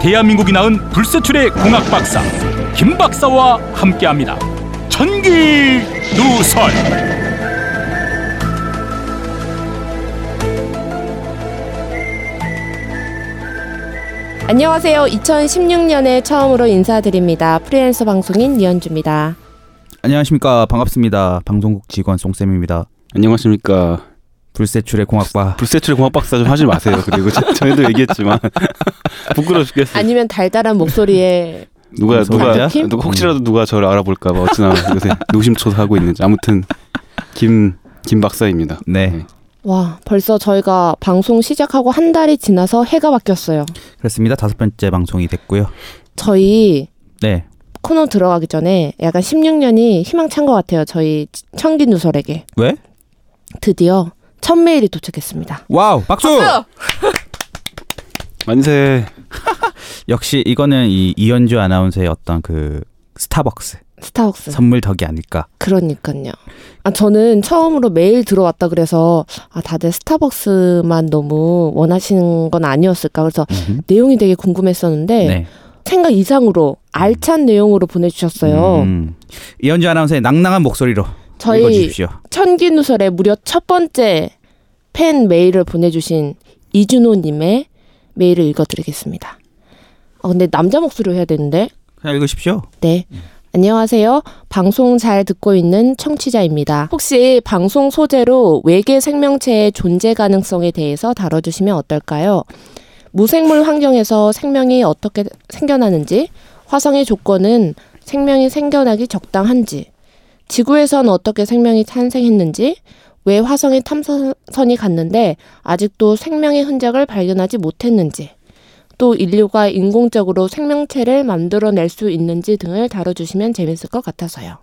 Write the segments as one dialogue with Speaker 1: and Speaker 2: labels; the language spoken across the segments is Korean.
Speaker 1: 대한민국이 낳은 불세출의 공학 박사 김 박사와 함께합니다. 전기 누설.
Speaker 2: 안녕하세요. 2016년에 처음으로 인사드립니다. 프리랜서 방송인 이현주입니다.
Speaker 3: 안녕하십니까 반갑습니다 방송국 직원 송쌤입니다
Speaker 4: 안녕하십니까.
Speaker 3: 불세출의 공학과
Speaker 4: 불세출 공학 박사 좀 하지 마세요. 그리고 저- 저희도 얘기했지만 부끄러워 죽겠어요.
Speaker 2: 아니면 달달한 목소리에
Speaker 4: 누가
Speaker 3: 감사합니다.
Speaker 4: 누가 누가 혹시라도 누가 저를 알아볼까 봐 어찌나 요새 노심초사하고 있는지 아무튼 김 김 박사입니다.
Speaker 3: 네
Speaker 2: 와 벌써 저희가 방송 시작하고 한 달이 지나서 해가 바뀌었어요.
Speaker 3: 그렇습니다 다섯 번째 방송이 됐고요
Speaker 2: 저희
Speaker 3: 네
Speaker 2: 코너 들어가기 전에 약간 16년이 희망찬 것 같아요. 저희 청기 누설에게
Speaker 3: 왜?
Speaker 2: 드디어 첫 메일이 도착했습니다.
Speaker 3: 와우 박수!
Speaker 4: 만세.
Speaker 3: 역시 이거는 이 이현주 아나운서의 어떤 그 스타벅스
Speaker 2: 스타벅스.
Speaker 3: 선물 덕이 아닐까
Speaker 2: 그러니까요. 아, 저는 처음으로 메일 들어왔다 그래서 아, 다들 스타벅스만 너무 원하시는 건 아니었을까. 그래서 내용이 되게 궁금했었는데
Speaker 3: 네.
Speaker 2: 생각 이상으로 알찬 내용으로 보내주셨어요.
Speaker 3: 음. 이현주 아나운서의 낭낭한 목소리로
Speaker 2: 저희
Speaker 3: 읽어주십시오
Speaker 2: 천기누설의 무려 첫 번째 팬 메일을 보내주신 이준호님의 메일을 읽어드리겠습니다. 아, 근데 남자 목소리로 해야 되는데
Speaker 3: 그냥 읽으십시오
Speaker 2: 네. 안녕하세요. 방송 잘 듣고 있는 청취자입니다. 혹시 방송 소재로 외계 생명체의 존재 가능성에 대해서 다뤄주시면 어떨까요? 무생물 환경에서 생명이 어떻게 생겨나는지, 화성의 조건은 생명이 생겨나기 적당한지, 지구에선 어떻게 생명이 탄생했는지, 왜 화성에 탐사선이 갔는데 아직도 생명의 흔적을 발견하지 못했는지, 또 인류가 인공적으로 생명체를 만들어낼 수 있는지 등을 다뤄주시면 재밌을 것 같아서요.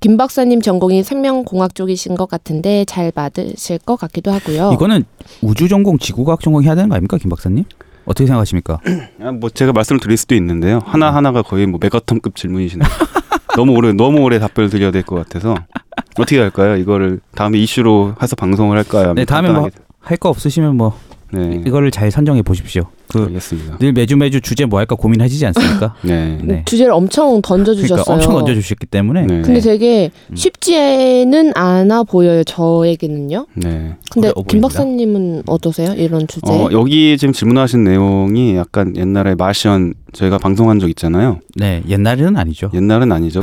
Speaker 2: 김 박사님 전공이 생명공학 쪽이신 것 같은데 잘 맞으실 것 같기도 하고요.
Speaker 3: 이거는 우주 전공 지구과학 전공 해야 되는 거 아닙니까 김 박사님? 어떻게 생각하십니까?
Speaker 4: 아, 뭐 제가 말씀을 드릴 수도 있는데요. 하나 하나가 거의 뭐 메가톤급 질문이시네요. 너무 오래 너무 오래 답변을 드려야 될 것 같아서 어떻게 할까요? 이거를 다음에 이슈로 해서 방송을 할까요?
Speaker 3: 네, 다음에 뭐-
Speaker 4: 간단하게.
Speaker 3: 할 거 없으시면 뭐
Speaker 4: 네.
Speaker 3: 이거를 잘 선정해 보십시오 그 늘
Speaker 4: 알겠습니다.
Speaker 3: 매주 매주 주제 뭐 할까 고민하시지 않습니까?
Speaker 4: 네.
Speaker 3: 네.
Speaker 2: 주제를 엄청 던져주셨어요.
Speaker 3: 그러니까 엄청 음. 얹어주셨기 때문에
Speaker 4: 네.
Speaker 2: 근데 되게 쉽지는 않아 보여요. 저에게는요.
Speaker 4: 네.
Speaker 2: 근데
Speaker 3: 어려
Speaker 2: 김
Speaker 3: 보입니다.
Speaker 2: 박사님은 어떠세요? 이런 주제.
Speaker 4: 어, 여기 지금 질문하신 내용이 약간 옛날에 마시언 저희가 방송한 적 있잖아요.
Speaker 3: 네 옛날에는 아니죠
Speaker 4: 옛날은 아니죠.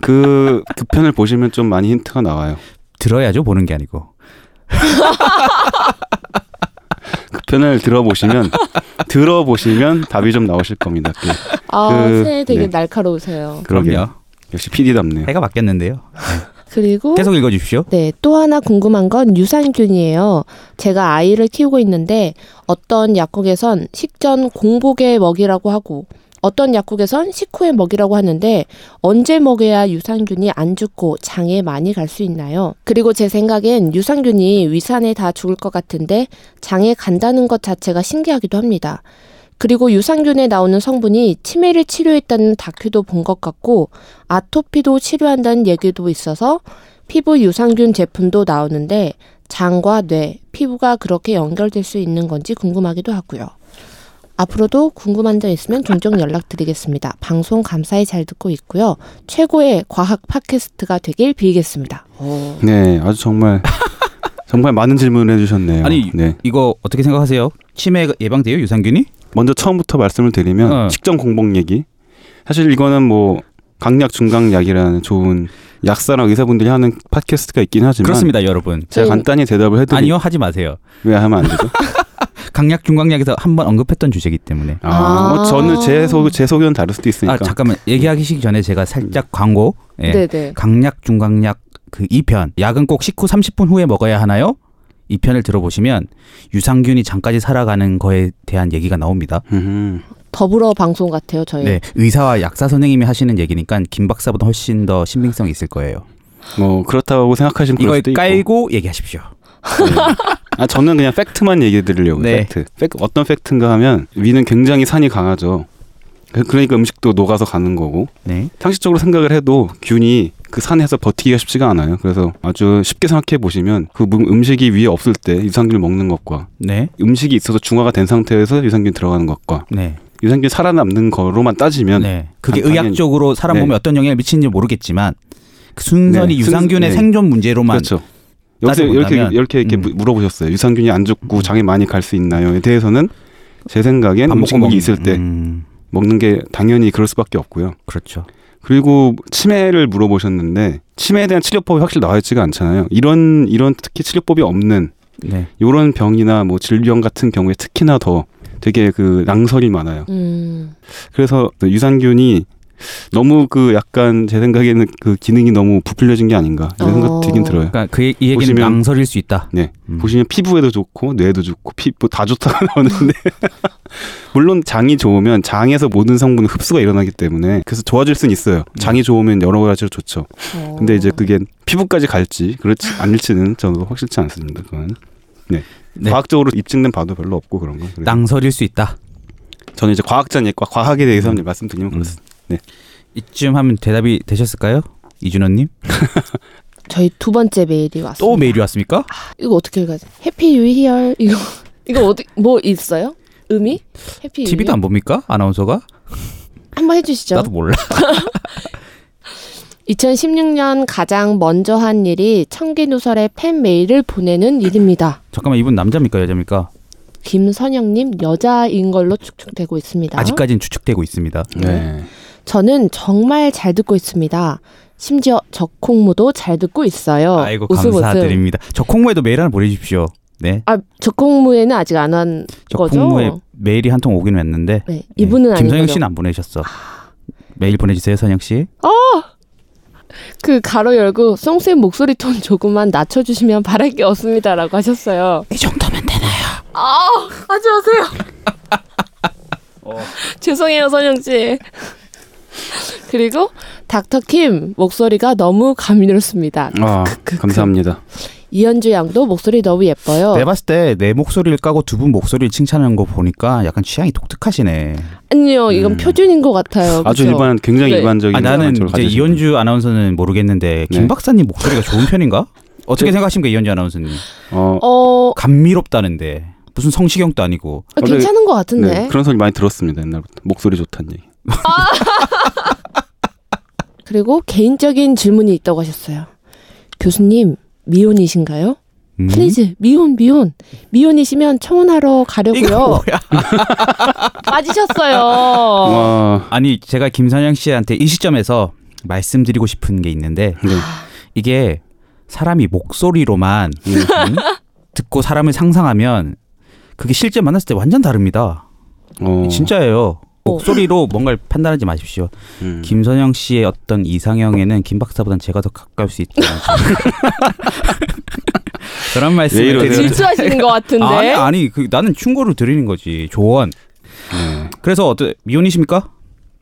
Speaker 4: 그, 그 편을 보시면 좀 많이 힌트가 나와요.
Speaker 3: 들어야죠 보는 게 아니고
Speaker 4: 그 편을 들어보시면, 들어보시면 답이 좀 나오실 겁니다. 그,
Speaker 2: 아,
Speaker 4: 그-
Speaker 2: 새해 되게
Speaker 4: 네.
Speaker 2: 날카로우세요.
Speaker 4: 그러게요. 예.
Speaker 3: 그럼요
Speaker 4: 역시 PD답네요.
Speaker 3: 해가 바뀌었는데요
Speaker 2: 그리고
Speaker 3: 계속 읽어주십시오
Speaker 2: 네, 또 하나 궁금한 건 유산균이에요. 제가 아이를 키우고 있는데 어떤 약국에선 식전 공복에 먹이라고 하고 어떤 약국에선 식후에 먹이라고 하는데 언제 먹여야 유산균이 안 죽고 장에 많이 갈 수 있나요? 그리고 제 생각엔 유산균이 위산에 다 죽을 것 같은데 장에 간다는 것 자체가 신기하기도 합니다. 그리고 유산균에 나오는 성분이 치매를 치료했다는 다큐도 본 것 같고 아토피도 치료한다는 얘기도 있어서 피부 유산균 제품도 나오는데 장과 뇌, 피부가 그렇게 연결될 수 있는 건지 궁금하기도 하고요. 앞으로도 궁금한 점 있으면 종종 연락드리겠습니다. 방송 감사히 잘 듣고 있고요. 최고의 과학 팟캐스트가 되길 빌겠습니다.
Speaker 4: 네, 아주 정말, 정말 많은 질문을 해주셨네요.
Speaker 3: 아니,
Speaker 4: 네.
Speaker 3: 이거 어떻게 생각하세요? 치매 예방돼요 유산균이?
Speaker 4: 먼저 처음부터 말씀을 드리면,
Speaker 3: 어.
Speaker 4: 식전 공복 얘기. 사실 이거는 뭐, 강약, 중강약이라는 좋은 약사랑 의사분들이 하는 팟캐스트가 있긴 하지만,
Speaker 3: 그렇습니다 여러분
Speaker 4: 제가 간단히 대답을 해드리
Speaker 3: 아니요 하지 마세요
Speaker 4: 왜 하면 안 되죠?
Speaker 3: 강약 중강약에서 한 번 언급했던 주제이기 때문에
Speaker 4: 아, 뭐 저는 제, 소, 제 소견 다를 수도 있으니까.
Speaker 3: 아 잠깐만 얘기하기 전에 제가 살짝 광고 예.
Speaker 2: 네.
Speaker 3: 강약 중강약 그 2편 약은 꼭 식후 30분 후에 먹어야 하나요? 이 편을 들어보시면 유산균이 장까지 살아가는 거에 대한 얘기가 나옵니다.
Speaker 4: 음,
Speaker 2: 더불어 방송 같아요, 저희.
Speaker 3: 네, 의사와 약사 선생님이 하시는 얘기니까 김 박사보다 훨씬 더 신빙성이 있을 거예요.
Speaker 4: 뭐 그렇다고 생각하시는 분
Speaker 3: 이걸
Speaker 4: 수도 있고.
Speaker 3: 깔고 얘기하십시오.
Speaker 4: 아 저는 그냥 팩트만 얘기해 드리려고
Speaker 3: 네.
Speaker 4: 요 팩트. 팩 어떤 팩트인가 하면 위는 굉장히 산이 강하죠. 그- 그러니까 음식도 녹아서 가는 거고
Speaker 3: 네.
Speaker 4: 상식적으로 생각을 해도 균이 그 산에서 버티기가 쉽지가 않아요. 그래서 아주 쉽게 생각해 보시면 그 음- 음식이 위에 없을 때 유산균을 먹는 것과
Speaker 3: 네.
Speaker 4: 음식이 있어서 중화가 된 상태에서 유산균 들어가는 것과
Speaker 3: 네.
Speaker 4: 유산균 살아남는 거로만 따지면
Speaker 3: 네. 그게
Speaker 4: 당연히-
Speaker 3: 의학적으로 사람
Speaker 4: 네.
Speaker 3: 몸에 어떤 영향을 미치는지 모르겠지만 그 순전히
Speaker 4: 네,
Speaker 3: 유산균의
Speaker 4: 순- 네.
Speaker 3: 생존 문제로만
Speaker 4: 그렇죠. 여기서 이렇게
Speaker 3: 따져본다면,
Speaker 4: 이렇게 이렇게
Speaker 3: 음.
Speaker 4: 무- 물어보셨어요. 유산균이 안 죽고 장에 많이 갈 수 있나요?에 대해서는 제 생각엔
Speaker 3: 밥 먹고
Speaker 4: 음식물이
Speaker 3: 먹는-
Speaker 4: 있을 때
Speaker 3: 음,
Speaker 4: 먹는 게 당연히 그럴 수밖에 없고요.
Speaker 3: 그렇죠.
Speaker 4: 그리고 치매를 물어보셨는데 치매에 대한 치료법이 확실히 나와 있지가 않잖아요. 이런 이런 특히 치료법이 없는
Speaker 3: 네.
Speaker 4: 이런 병이나 뭐 질병 같은 경우에 특히나 더 되게 그 낭설이 많아요.
Speaker 2: 음.
Speaker 4: 그래서 그 유산균이 너무 그 약간 제 생각에는 그 기능이 너무 부풀려진 게 아닌가
Speaker 2: 어.
Speaker 4: 이런 생각 들긴 들어요.
Speaker 3: 그러니까 그, 이 얘기는
Speaker 4: 보시면-
Speaker 3: 망설일 수 있다.
Speaker 4: 네.
Speaker 3: 음.
Speaker 4: 보시면 피부에도 좋고 뇌에도 좋고 피부 다 좋다고 나오는데 물론 장이 좋으면 장에서 모든 성분 흡수가 일어나기 때문에 그래서 좋아질 수는 있어요. 장이 좋으면 여러 가지로 좋죠.
Speaker 2: 어.
Speaker 4: 근데 이제 그게 피부까지 갈지 그렇지 않을지는 저도 확실치 않습니다. 그건
Speaker 3: 네.
Speaker 4: 과학적으로 입증된 바도 별로 없고 그런 거. 그래서
Speaker 3: 망설일 수 있다.
Speaker 4: 저는 이제 과학자니까 과학에 대해서 이제 말씀드리면
Speaker 3: 음.
Speaker 4: 그렇습니다.
Speaker 3: 이쯤 하면 대답이 되셨을까요? 이준호님?
Speaker 2: 저희 두 번째 메일이 왔습니다.
Speaker 3: 또 메일이 왔습니까?
Speaker 2: 이거 어떻게 읽어야 돼? 해피 유희열 이거 이거 어디 뭐 있어요? 의미? 해피
Speaker 3: TV도
Speaker 2: 유희열?
Speaker 3: 안 봅니까? 아나운서가?
Speaker 2: 한번 해주시죠.
Speaker 3: 나도 몰라.
Speaker 2: 2016년 가장 먼저 한 일이 청기누설의 팬 메일을 보내는 일입니다.
Speaker 3: 잠깐만 이분 남자입니까 여자입니까?
Speaker 2: 김선영님 여자인 걸로 추측되고 있습니다.
Speaker 3: 아직까지는 추측되고 있습니다.
Speaker 4: 네.
Speaker 2: 저는 정말 잘 듣고 있습니다. 심지어 적콩무도 잘 듣고 있어요.
Speaker 3: 아이고
Speaker 2: 웃음, 웃음.
Speaker 3: 감사드립니다. 저 콩무에도 메일 하나 보내주십시오. 네.
Speaker 2: 아 적콩무에는 아직 안 한
Speaker 3: 저
Speaker 2: 거죠?
Speaker 3: 콩무에 메일이 한 통 오긴 했는데
Speaker 2: 네, 이분은
Speaker 3: 네.
Speaker 2: 아닌
Speaker 3: 김선영
Speaker 2: 거죠.
Speaker 3: 씨는 안 보내셨어. 메일 보내주세요 선영 씨.
Speaker 2: 그 가로 열고 송쌤 목소리 톤 조금만 낮춰주시면 바랄 게 없습니다라고 하셨어요.
Speaker 3: 이 정도면 되나요?
Speaker 2: 아 하지 마세요. 죄송해요 선영 씨. 그리고 닥터 킴 목소리가 너무 감미롭습니다.
Speaker 4: 아 감사합니다.
Speaker 2: 이현주 양도 목소리 너무 예뻐요.
Speaker 3: 내가 봤을 때 내 목소리를 까고 두 분 목소리를 칭찬하는 거 보니까 약간 취향이 독특하시네.
Speaker 2: 아니요
Speaker 3: 음.
Speaker 2: 이건 표준인 것 같아요.
Speaker 4: 아주
Speaker 2: 그쵸?
Speaker 4: 일반 굉장히
Speaker 2: 네.
Speaker 4: 일반적인
Speaker 3: 아, 나는
Speaker 4: 관점을
Speaker 3: 이제
Speaker 4: 가지신
Speaker 3: 이현주 아나운서는 모르겠는데
Speaker 4: 네.
Speaker 3: 김 박사님 목소리가 좋은 편인가? 어떻게 생각하십니까 이현주 아나운서님?
Speaker 4: 분. 어,
Speaker 2: 어
Speaker 3: 감미롭다는데 무슨 성시경도 아니고
Speaker 2: 어, 괜찮은 것 같은데.
Speaker 4: 네, 그런 소리 많이 들었습니다 옛날부터 목소리 좋다는 얘기.
Speaker 2: 그리고 개인적인 질문이 있다고 하셨어요. 교수님 미혼이신가요?
Speaker 3: 음?
Speaker 2: 플리즈 미혼 미혼 미혼이시면 청혼하러
Speaker 3: 이거
Speaker 2: 가려고요.
Speaker 3: 뭐야?
Speaker 2: 빠지셨어요.
Speaker 4: 와
Speaker 3: 아니 제가 김선영 씨한테 이 시점에서 말씀드리고 싶은 게 있는데
Speaker 4: 네.
Speaker 3: 이게 사람이 목소리로만 음, 듣고 사람을 상상하면 그게 실제 만났을 때 완전 다릅니다.
Speaker 4: 어,
Speaker 3: 진짜예요. 목소리로 뭔가를 판단하지 마십시오.
Speaker 4: 음.
Speaker 3: 김선영 씨의 어떤 이상형에는 김 박사보단 제가 더 가까울 수 있다. 그런 말씀을
Speaker 4: 왜 이러세요?
Speaker 3: 드리는-
Speaker 2: 질투하시는 것 같은데.
Speaker 3: 네. 아니 아니 그 나는 충고를 드리는 거지 조언. 그래서 어때 미혼이십니까?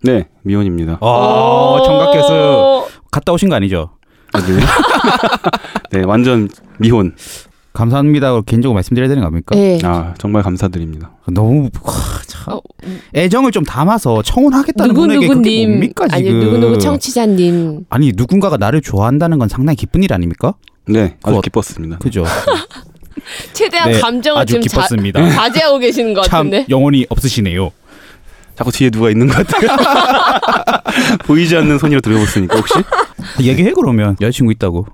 Speaker 4: 네 미혼입니다.
Speaker 3: 아 정각해서 갔다 오신 거 아니죠?
Speaker 4: 아, 네. 네 완전 미혼.
Speaker 3: 감사합니다. 개인적으로 말씀드려야 되는 겁니까?
Speaker 2: 네.
Speaker 4: 아 정말 감사드립니다.
Speaker 3: 너무 와, 참 애정을 좀 담아서 청혼하겠다는
Speaker 2: 어, 누구
Speaker 3: 분에게 그게
Speaker 2: 누구님
Speaker 3: 뭡니까
Speaker 2: 아니
Speaker 3: 지금?
Speaker 2: 누구 누구 청취자님
Speaker 3: 아니 누군가가 나를 좋아한다는 건 상당히 기쁜 일 아닙니까?
Speaker 4: 네
Speaker 3: 그거-
Speaker 4: 아주 기뻤습니다.
Speaker 3: 그죠?
Speaker 2: 최대한
Speaker 3: 네,
Speaker 2: 감정을
Speaker 3: 아주
Speaker 2: 아, 지금 자, 네,
Speaker 3: 기뻤습니다.
Speaker 2: 자제하고 계시는 것
Speaker 3: 참
Speaker 2: 같은데.
Speaker 3: 영혼이 없으시네요.
Speaker 4: 자꾸 뒤에 누가 있는 것 같아요. 보이지 않는 손으로 들여보시니까 혹시?
Speaker 3: 아, 얘기해 그러면 여자친구 있다고.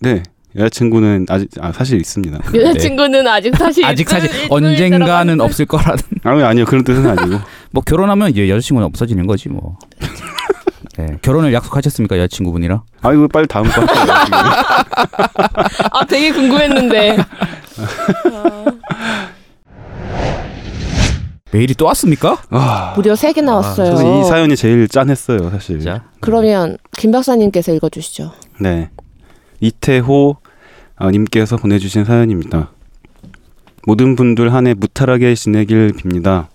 Speaker 4: 네 여자친구는 아직 아, 사실 있습니다.
Speaker 2: 여자친구는 아직 사실
Speaker 3: 네. 아직
Speaker 2: 있을-
Speaker 3: 사실
Speaker 2: 있을
Speaker 3: 언젠가는
Speaker 2: 때라고
Speaker 3: 없을 거라는.
Speaker 4: 아니 아니요 그런 뜻은 아니고.
Speaker 3: 뭐 결혼하면 이제 여자친구는 없어지는 거지 뭐. 네, 결혼을 약속하셨습니까 여자친구분이랑?
Speaker 4: 아이고 빨리 다음 거. 하세요, 지금.
Speaker 2: 하는데. 아 되게 궁금했는데.
Speaker 3: 메일이 또 왔습니까?
Speaker 4: 아,
Speaker 2: 무려 세 개 네. 나왔어요.
Speaker 4: 그래서 이 사연이 제일 짠했어요 사실.
Speaker 3: 진짜.
Speaker 2: 그러면 김 박사님께서 읽어주시죠.
Speaker 4: 네. 이태호 아, 님께서 보내주신 사연입니다. 모든 분들 한 해 무탈하게 지내길 빕니다.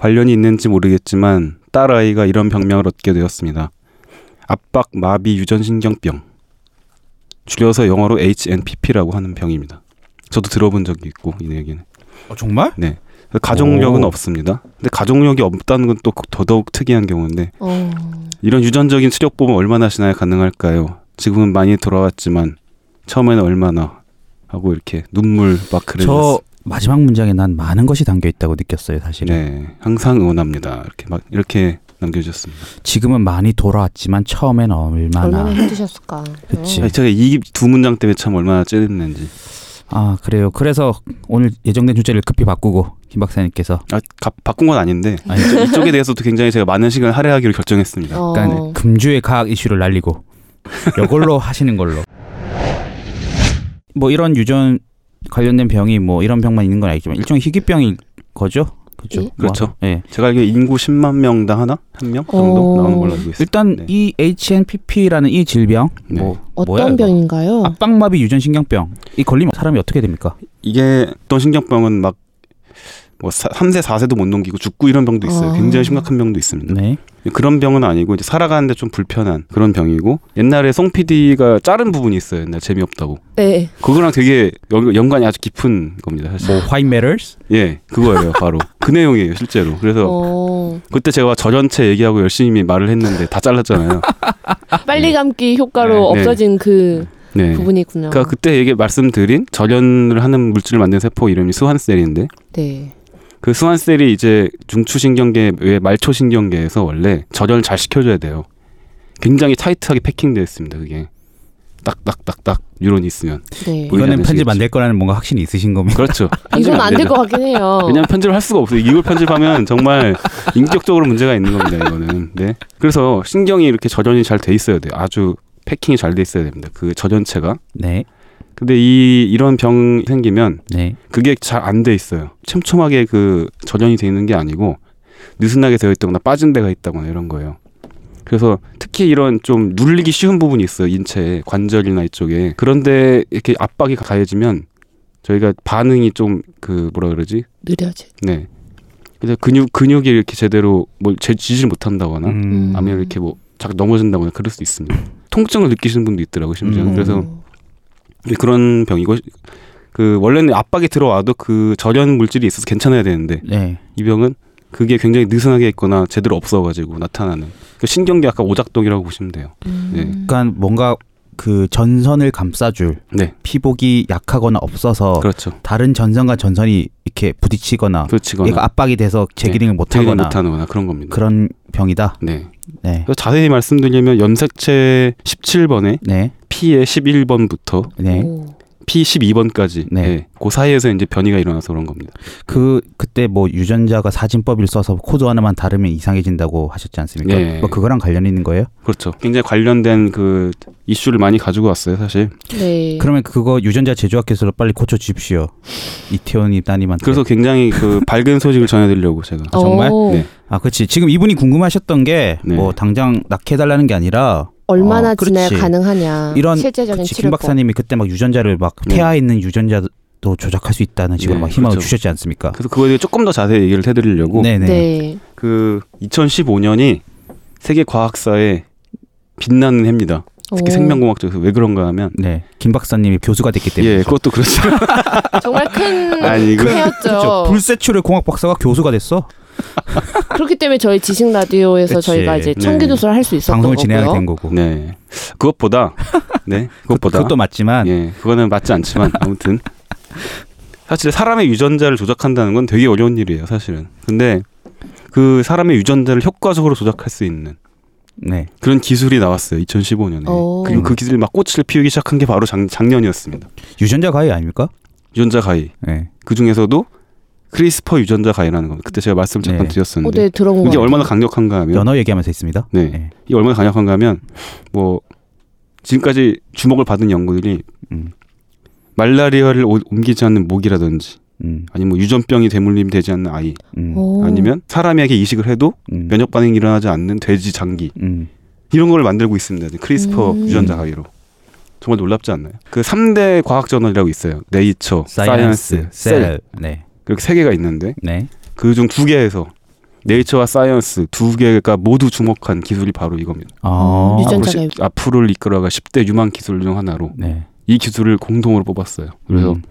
Speaker 4: 관련이 있는지 모르겠지만 딸 아이가 이런 병명을 얻게 되었습니다. 압박 마비 유전신경병. 줄여서 영어로 HNPP라고 하는 병입니다. 저도 들어본 적이 있고 이 얘기는.
Speaker 3: 어, 정말?
Speaker 4: 네. 가족력은
Speaker 3: 오.
Speaker 4: 없습니다. 근데 가족력이 없다는 건 또 더더욱 특이한 경우인데
Speaker 2: 어,
Speaker 4: 이런 유전적인 치료법은 얼마나 신화에 가능할까요? 지금은 많이 돌아왔지만 처음에는 얼마나 하고 이렇게 눈물 마크를
Speaker 3: 저 마지막 문장에 난 많은 것이 담겨 있다고 느꼈어요, 사실은.
Speaker 4: 네, 항상 응원합니다. 이렇게 막 이렇게 남겨주셨습니다.
Speaker 3: 지금은 많이 돌아왔지만 처음엔 얼마나
Speaker 2: 얼마나 힘드셨을까.
Speaker 3: 그치.
Speaker 2: 어.
Speaker 4: 아, 제가 이 두 문장 때문에 참 얼마나 찔렸는지.
Speaker 3: 아 그래요. 그래서 오늘 예정된 주제를 급히 바꾸고 김 박사님께서
Speaker 4: 아, 가- 바꾼 건 아닌데
Speaker 3: 아니,
Speaker 4: 이쪽에 대해서도 굉장히 제가 많은 시간을 할애하기로 결정했습니다.
Speaker 2: 어,
Speaker 3: 약간 그 금주의 과학 이슈를 날리고 이걸로 하시는 걸로. 뭐 이런 유전 관련된 병이 뭐 이런 병만 있는 건 아니지만 일종의 희귀병일 거죠. 그렇죠.
Speaker 2: 예.
Speaker 3: 뭐,
Speaker 4: 그렇죠.
Speaker 3: 예.
Speaker 4: 제가 알기로 인구 10만 명당 하나 한 명 정도
Speaker 2: 어.
Speaker 4: 나오는 걸로 알고 있습니다.
Speaker 3: 일단
Speaker 4: 네.
Speaker 3: 이 HNPP라는 이 질병
Speaker 4: 네.
Speaker 3: 뭐
Speaker 2: 어떤
Speaker 3: 뭐야, 이거? 아,
Speaker 2: 병인가요?
Speaker 3: 압박마비 유전신경병 이 걸리면 사람이 어떻게 됩니까?
Speaker 4: 이게 어떤 신경병은 막 뭐 3세, 4세도 못 넘기고 죽고 이런 병도 있어요.
Speaker 2: 아.
Speaker 4: 굉장히 심각한 병도 있습니다.
Speaker 3: 네.
Speaker 4: 그런 병은 아니고 이제 살아가는데 좀 불편한 그런 병이고 옛날에 송 PD가 자른 부분이 있어요. 옛날 재미없다고.
Speaker 2: 네.
Speaker 4: 그거랑 되게 연- 연관이 아주 깊은 겁니다. 사실.
Speaker 3: 뭐 Why Matters?
Speaker 4: 예, 그거예요. 바로 그 내용이에요, 실제로. 그래서
Speaker 2: 어,
Speaker 4: 그때 제가 저전체 얘기하고 열심히 말을 했는데 다 잘랐잖아요.
Speaker 2: 빨리 감기 효과로
Speaker 4: 네, 네.
Speaker 2: 없어진 그
Speaker 4: 네.
Speaker 2: 부분이군요.
Speaker 4: 그러니까 그때 얘기 말씀드린 저전을 하는 물질을 만든 세포 이름이 수환셀인데
Speaker 2: 네.
Speaker 4: 그 수환셀이 이제 중추신경계 외 말초신경계에서 원래 저전을 잘 시켜줘야 돼요. 굉장히 타이트하게 패킹되어 있습니다. 그게 딱딱딱딱 뉴런이 있으면
Speaker 2: 네.
Speaker 4: 뭐 보이지
Speaker 3: 이거는 편집
Speaker 4: 않으시겠죠?
Speaker 3: 안 될 거라는 뭔가 확신이 있으신 겁니다.
Speaker 4: 그렇죠.
Speaker 2: 이건
Speaker 4: 편집이 안
Speaker 2: 안 될
Speaker 4: 되죠.
Speaker 2: 것 같긴 해요.
Speaker 4: 왜냐면 편집을 할 수가 없어요. 이걸 편집하면 정말 인격적으로 문제가 있는 겁니다. 이거는. 네. 그래서 신경이 이렇게 저전이 잘 돼 있어야 돼요. 아주 패킹이 잘 돼 있어야 됩니다. 그 저전체가.
Speaker 3: 네.
Speaker 4: 근데 이 이런 병 생기면
Speaker 3: 네.
Speaker 4: 그게 잘 안 돼 있어요. 촘촘하게 그 전연이 돼 있는 게 아니고 느슨하게 되어 있다거나 빠진 데가 있다거나 이런 거예요. 그래서 특히 이런 좀 눌리기 쉬운 부분이 있어요. 인체에 관절이나 이쪽에. 그런데 이렇게 압박이 가해지면 저희가 반응이 좀 그 뭐라 그러지?
Speaker 2: 느려지.
Speaker 4: 네. 그래서 근육 근육이 이렇게 제대로 뭘 제- 지질 못한다거나
Speaker 3: 음.
Speaker 4: 아니면 이렇게 뭐 자꾸 넘어진다거나 그럴 수 있습니다. 통증을 느끼시는 분도 있더라고요. 심지어
Speaker 3: 음.
Speaker 4: 그래서 그런 병이고 그 원래는 압박이 들어와도 그 절연 물질이 있어서 괜찮아야 되는데
Speaker 3: 네.
Speaker 4: 이 병은 그게 굉장히 느슨하게 있거나 제대로 없어가지고 나타나는 그 신경계 아까 오작동이라고 보시면 돼요.
Speaker 2: 음.
Speaker 4: 네.
Speaker 3: 그러니까 뭔가 그 전선을 감싸줄
Speaker 4: 네,
Speaker 3: 피복이 약하거나 없어서
Speaker 4: 그렇죠.
Speaker 3: 다른 전선과 전선이 이렇게 부딪히거나
Speaker 4: 그렇지거나
Speaker 3: 얘가 압박이 돼서
Speaker 4: 네.
Speaker 3: 재기능을 못
Speaker 4: 되게
Speaker 3: 하거나
Speaker 4: 못하는거나 그런 겁니다.
Speaker 3: 그런 병이다.
Speaker 4: 네.
Speaker 3: 네.
Speaker 4: 그래서 자세히 말씀드리면 염색체 17번에
Speaker 3: 네.
Speaker 4: P의 11번부터
Speaker 3: 네.
Speaker 4: P 12번까지
Speaker 3: 네.
Speaker 4: 네. 그 사이에서 이제 변이가 일어나서 그런 겁니다.
Speaker 3: 그 그때 뭐 유전자가 사진법을 써서 코드 하나만 다르면 이상해진다고 하셨지 않습니까?
Speaker 4: 예.
Speaker 3: 뭐 그거랑 관련 있는 거예요?
Speaker 4: 그렇죠. 굉장히 관련된 그 이슈를 많이 가지고 왔어요, 사실.
Speaker 2: 네.
Speaker 3: 그러면 그거 유전자 제조학 기술로 빨리 고쳐 주십시오. 이태원이 따님한테.
Speaker 4: 그래서 굉장히 그 밝은 소식을 전해드리려고 제가
Speaker 3: 어. 정말?
Speaker 2: 오,
Speaker 4: 네.
Speaker 3: 아, 그렇지. 지금 이분이 궁금하셨던 게 뭐
Speaker 4: 네.
Speaker 3: 당장 낙해 달라는 게 아니라
Speaker 2: 얼마나
Speaker 3: 어, 그렇지.
Speaker 2: 지나야 가능하냐.
Speaker 3: 이런-
Speaker 2: 실제적인
Speaker 3: 그치, 김
Speaker 2: 치료법.
Speaker 3: 박사님이 그때 막 유전자를 막
Speaker 4: 네.
Speaker 3: 태아에 있는 유전자도 조작할 수 있다는 식으로
Speaker 4: 네,
Speaker 3: 막 희망을
Speaker 4: 그렇죠.
Speaker 3: 주셨지 않습니까?
Speaker 4: 그래서 그거에 대해 조금 더 자세히 얘기를 해드리려고
Speaker 3: 네네.
Speaker 2: 네.
Speaker 4: 그 2015년이 세계 과학사의 빛나는 해입니다.
Speaker 2: 어,
Speaker 4: 특히 생명공학적에서 왜 그런가 하면
Speaker 3: 네. 김 박사님이 교수가 됐기 때문에.
Speaker 4: 예, 그것도 그렇죠.
Speaker 2: 정말 큰
Speaker 4: 아니, 이거-
Speaker 3: 그렇죠.
Speaker 2: 해였죠.
Speaker 3: 불세출의 공학 박사가 교수가 됐어.
Speaker 2: 그렇기 때문에 저희 지식 라디오에서
Speaker 3: 그치.
Speaker 2: 저희가 이제
Speaker 4: 네.
Speaker 2: 청기 조사를 할 수 있었던
Speaker 3: 방송을
Speaker 2: 거고요. 어,
Speaker 3: 진행하게 된 거고.
Speaker 4: 네, 그것보다 네, 그것보다
Speaker 3: 그것도 맞지만
Speaker 4: 예, 그거는 맞지 않지만 아무튼 사실 사람의 유전자를 조작한다는 건 되게 어려운 일이에요, 사실은. 근데 그 사람의 유전자를 효과적으로 조작할 수 있는
Speaker 3: 네.
Speaker 4: 그런 기술이 나왔어요, 2015년에.
Speaker 2: 오.
Speaker 4: 그리고 그 기술이 막 꽃을 피우기 시작한 게 바로 작, 작년이었습니다.
Speaker 3: 유전자 가위 아닙니까?
Speaker 4: 유전자 가위.
Speaker 3: 네.
Speaker 4: 그 중에서도 크리스퍼 유전자 가위라는 겁니다. 그때 제가 말씀을 잠깐
Speaker 3: 네.
Speaker 2: 어,
Speaker 4: 드렸었는데
Speaker 2: 네, 들어온 거.
Speaker 4: 이게 얼마나 강력한가 하면
Speaker 3: 연어 얘기하면서 했습니다.
Speaker 4: 네. 이게 얼마나 강력한가 하면 뭐 지금까지 주목을 받은 연구들이
Speaker 3: 음.
Speaker 4: 말라리아를 오- 옮기지 않는 모기라든지
Speaker 3: 음,
Speaker 4: 아니면 뭐 유전병이 대물림이 되지 않는 아이
Speaker 3: 음,
Speaker 2: 오.
Speaker 4: 아니면 사람에게 이식을 해도
Speaker 3: 음,
Speaker 4: 면역 반응이 일어나지 않는 돼지 장기
Speaker 3: 음.
Speaker 4: 이런 걸 만들고 있습니다. 이제 크리스퍼
Speaker 2: 음.
Speaker 4: 유전자 가위로. 정말 놀랍지 않나요? 그 3대 과학 저널이라고 있어요. 네이처, 사이언스, 셀.
Speaker 3: 셀. 네.
Speaker 4: 이렇게 세 개가 있는데
Speaker 3: 네.
Speaker 4: 그 중 두 개에서 네이처와 사이언스 두 개가 모두 주목한 기술이 바로 이겁니다.
Speaker 3: 아.
Speaker 2: 음, 유전자-
Speaker 4: 앞으로 시- 앞으로를 이끌어갈 10대 유망 기술 중 하나로
Speaker 3: 네.
Speaker 4: 이 기술을 공통으로 뽑았어요. 그래서
Speaker 3: 음,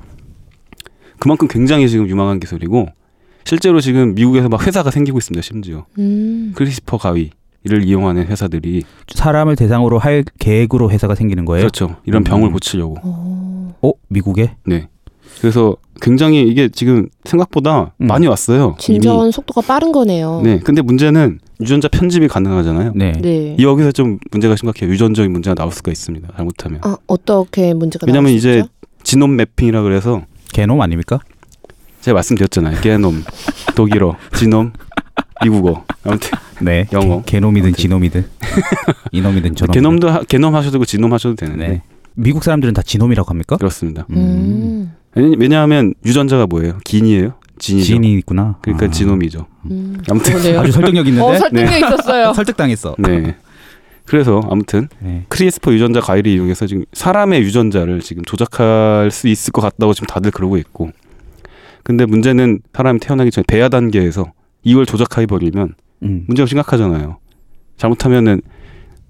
Speaker 4: 그만큼 굉장히 지금 유망한 기술이고 실제로 지금 미국에서 막 회사가 생기고 있습니다. 심지어
Speaker 2: 음.
Speaker 4: 크리스퍼 가위를 이용하는 회사들이
Speaker 3: 사람을 대상으로 할 계획으로 회사가 생기는 거예요.
Speaker 4: 그렇죠. 이런 병을
Speaker 3: 음.
Speaker 4: 고치려고.
Speaker 2: 어.
Speaker 3: 어, 미국에?
Speaker 4: 네. 그래서 굉장히 이게 지금 생각보다
Speaker 3: 음.
Speaker 4: 많이 왔어요.
Speaker 2: 진전 속도가 빠른 거네요.
Speaker 4: 이미. 네. 근데 문제는 유전자 편집이 가능하잖아요.
Speaker 3: 네.
Speaker 2: 네.
Speaker 4: 이 여기서 좀 문제가 심각해요. 유전적인 문제가 나올 수가 있습니다. 잘못하면.
Speaker 2: 아 어떻게 문제가
Speaker 4: 왜냐면
Speaker 2: 나올 수
Speaker 4: 이제
Speaker 2: 있죠?
Speaker 4: 지놈 매핑이라 그래서
Speaker 3: 개놈 아닙니까?
Speaker 4: 제가 말씀드렸잖아요. 게놈, 독일어, 지놈, 미국어. 아무튼
Speaker 3: 네.
Speaker 4: 영어.
Speaker 3: 개, 놈이든
Speaker 4: 아무튼. 그-
Speaker 3: 지놈이든 이놈이든 저놈.
Speaker 4: 개놈도 하- 개놈 하셔도 되고 지놈 하셔도 되는데
Speaker 3: 네. 미국 사람들은 다 지놈이라고 합니까?
Speaker 4: 그렇습니다.
Speaker 2: 음.
Speaker 4: 왜냐- 왜냐하면 유전자가 뭐예요? 긴이에요. 진이죠.
Speaker 3: 지인이 있구나.
Speaker 4: 음. 그러니까
Speaker 3: 아.
Speaker 4: 지놈이죠.
Speaker 2: 음.
Speaker 4: 아무튼
Speaker 2: 그러네요.
Speaker 3: 아주 설득력
Speaker 2: 어
Speaker 3: 있는데
Speaker 2: 설득력 있었어요.
Speaker 3: 설득당했어.
Speaker 4: 네. 그래서 아무튼
Speaker 3: 네.
Speaker 4: 크리스퍼 유전자 과일을 이용해서 지금 사람의 유전자를 지금 조작할 수 있을 것 같다고 지금 다들 그러고 있고. 근데 문제는 사람이 태어나기 전에 배아 단계에서 이걸 조작해 버리면
Speaker 3: 음.
Speaker 4: 문제가 심각하잖아요. 잘못하면은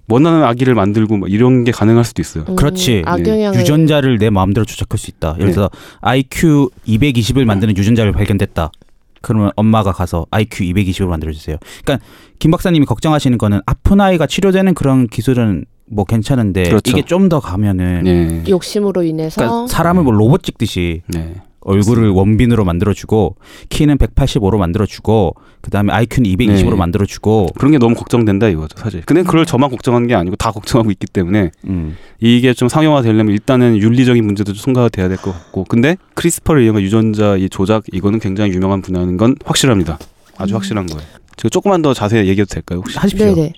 Speaker 4: 원하는 아기를 만들고 막 이런 게 가능할 수도 있어요.
Speaker 2: 음,
Speaker 3: 그렇지. 예,
Speaker 2: 악영향을
Speaker 3: 유전자를 내 마음대로 조작할 수 있다. 예를
Speaker 4: 네.
Speaker 3: 들어 IQ 220을 만드는 유전자를 발견됐다. 그러면 엄마가 가서 IQ 220으로 만들어 주세요. 그러니까 김 박사님이 걱정하시는 거는 아픈 아이가 치료되는 그런 기술은 뭐 괜찮은데
Speaker 4: 그렇죠.
Speaker 3: 이게 좀 더 가면은
Speaker 4: 네.
Speaker 2: 욕심으로 인해서
Speaker 3: 그러니까 사람을 뭐 로봇 찍듯이
Speaker 4: 네.
Speaker 3: 얼굴을 원빈으로 만들어 주고 키는 185로 만들어 주고 그다음에 IQ는 220으로
Speaker 4: 네.
Speaker 3: 만들어 주고
Speaker 4: 그런 게 너무 걱정된다 이거죠, 사실. 근데 그걸 저만 걱정하는 게 아니고 다 걱정하고 있기 때문에
Speaker 3: 음.
Speaker 4: 이게 좀 상용화 되려면 일단은 윤리적인 문제도 좀 통과가 돼야 될 것 같고. 근데 크리스퍼를 이용한 유전자 이 조작 이거는 굉장히 유명한 분야인 건 확실합니다. 아주
Speaker 2: 음.
Speaker 4: 확실한 거예요. 제가 조금만 더 자세히 얘기해도 될까요, 혹시?
Speaker 3: 하십시오.
Speaker 2: 네네.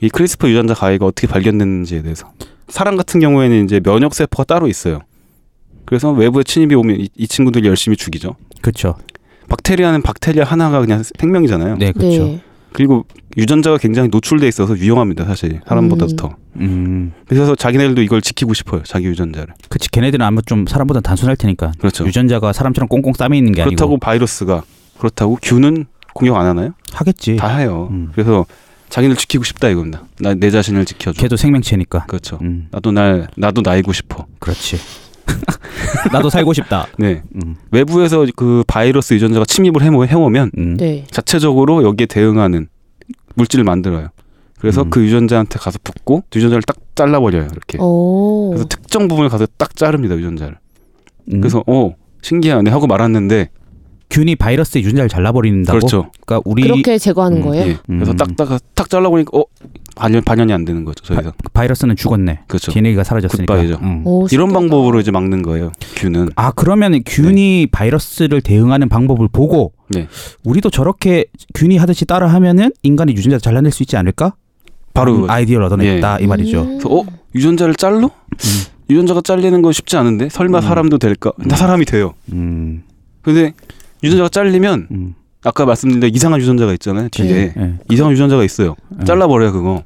Speaker 4: 이 크리스퍼 유전자 가위가 어떻게 발견됐는지에 대해서. 사람 같은 경우에는 이제 면역 세포가 따로 있어요. 그래서 외부의 침입이 오면 이, 이 친구들이 열심히 죽이죠.
Speaker 3: 그렇죠.
Speaker 4: 박테리아는 박테리아 하나가 그냥 생명이잖아요.
Speaker 3: 네, 그렇죠.
Speaker 2: 네.
Speaker 4: 그리고 유전자가 굉장히 노출돼 있어서 위험합니다, 사실. 사람보다도
Speaker 2: 음.
Speaker 4: 더.
Speaker 3: 음.
Speaker 4: 그래서 자기네들도 이걸 지키고 싶어요, 자기 유전자를.
Speaker 3: 그치 걔네들은 아마 좀 사람보다 단순할 테니까
Speaker 4: 그렇죠.
Speaker 3: 유전자가 사람처럼 꽁꽁 싸매 있는 게
Speaker 4: 그렇다고
Speaker 3: 아니고
Speaker 4: 바이러스가 그렇다고 균은 공격 안 하나요?
Speaker 3: 하겠지.
Speaker 4: 다 해요.
Speaker 3: 음.
Speaker 4: 그래서 자기를 지키고 싶다 이겁니다. 나 내 자신을 지켜줘.
Speaker 3: 걔도 생명체니까.
Speaker 4: 그렇죠.
Speaker 3: 음,
Speaker 4: 나도 날 나도 나이고 싶어.
Speaker 3: 그렇지. 나도 살고 싶다.
Speaker 4: 네.
Speaker 3: 음,
Speaker 4: 외부에서 그 바이러스 유전자가 침입을 해모- 해오면
Speaker 3: 음.
Speaker 2: 네.
Speaker 4: 자체적으로 여기에 대응하는 물질을 만들어요. 그래서
Speaker 3: 음.
Speaker 4: 그 유전자한테 가서 붙고 유전자를 딱 잘라버려요.
Speaker 3: 예.
Speaker 2: 어.
Speaker 4: 이렇게.
Speaker 2: 오.
Speaker 4: 그래서 특정 부분을 가서 딱 자릅니다 유전자를.
Speaker 3: 음.
Speaker 4: 그래서 어 신기하네 하고 말았는데
Speaker 3: 균이 바이러스의 유전자를 잘라버린다고.
Speaker 4: 그렇죠.
Speaker 3: 그러니까 우리
Speaker 2: 그렇게 제거하는
Speaker 3: 음,
Speaker 2: 거예요?
Speaker 4: 예. 그래서
Speaker 3: 음.
Speaker 4: 딱딱 딱 잘라보니까 어 반연 반연이 안 되는 거죠. 저희가
Speaker 3: 바이러스는 죽었네.
Speaker 4: 그렇죠.
Speaker 3: DNA가 사라졌으니까.
Speaker 4: 굿바이죠.
Speaker 3: 음.
Speaker 2: 오,
Speaker 4: 이런
Speaker 2: 신기하다.
Speaker 4: 방법으로 이제 막는 거예요. 균은
Speaker 3: 아 그러면 균이 바이러스를 대응하는 방법을 보고
Speaker 4: 네.
Speaker 3: 우리도 저렇게 균이 하듯이 따라하면은 인간의 유전자 잘라낼 수 있지 않을까?
Speaker 4: 바로
Speaker 3: 음,
Speaker 4: 그거죠.
Speaker 3: 아이디어를 얻어냈다 이 말이죠.
Speaker 2: 음.
Speaker 4: 그래서 어 유전자를 잘로 유전자가 잘리는 건 쉽지 않은데 설마
Speaker 3: 음.
Speaker 4: 사람도 될까? 나
Speaker 3: 음.
Speaker 4: 사람이 돼요.
Speaker 3: 음,
Speaker 4: 근데 유전자가 잘리면
Speaker 3: 음.
Speaker 4: 아까 말씀드린 이상한 유전자가
Speaker 2: 네.
Speaker 4: 있잖아요 뒤에
Speaker 3: 예.
Speaker 4: 이상한 유전자가 있어요.
Speaker 3: 예.
Speaker 4: 잘라버려요 그거.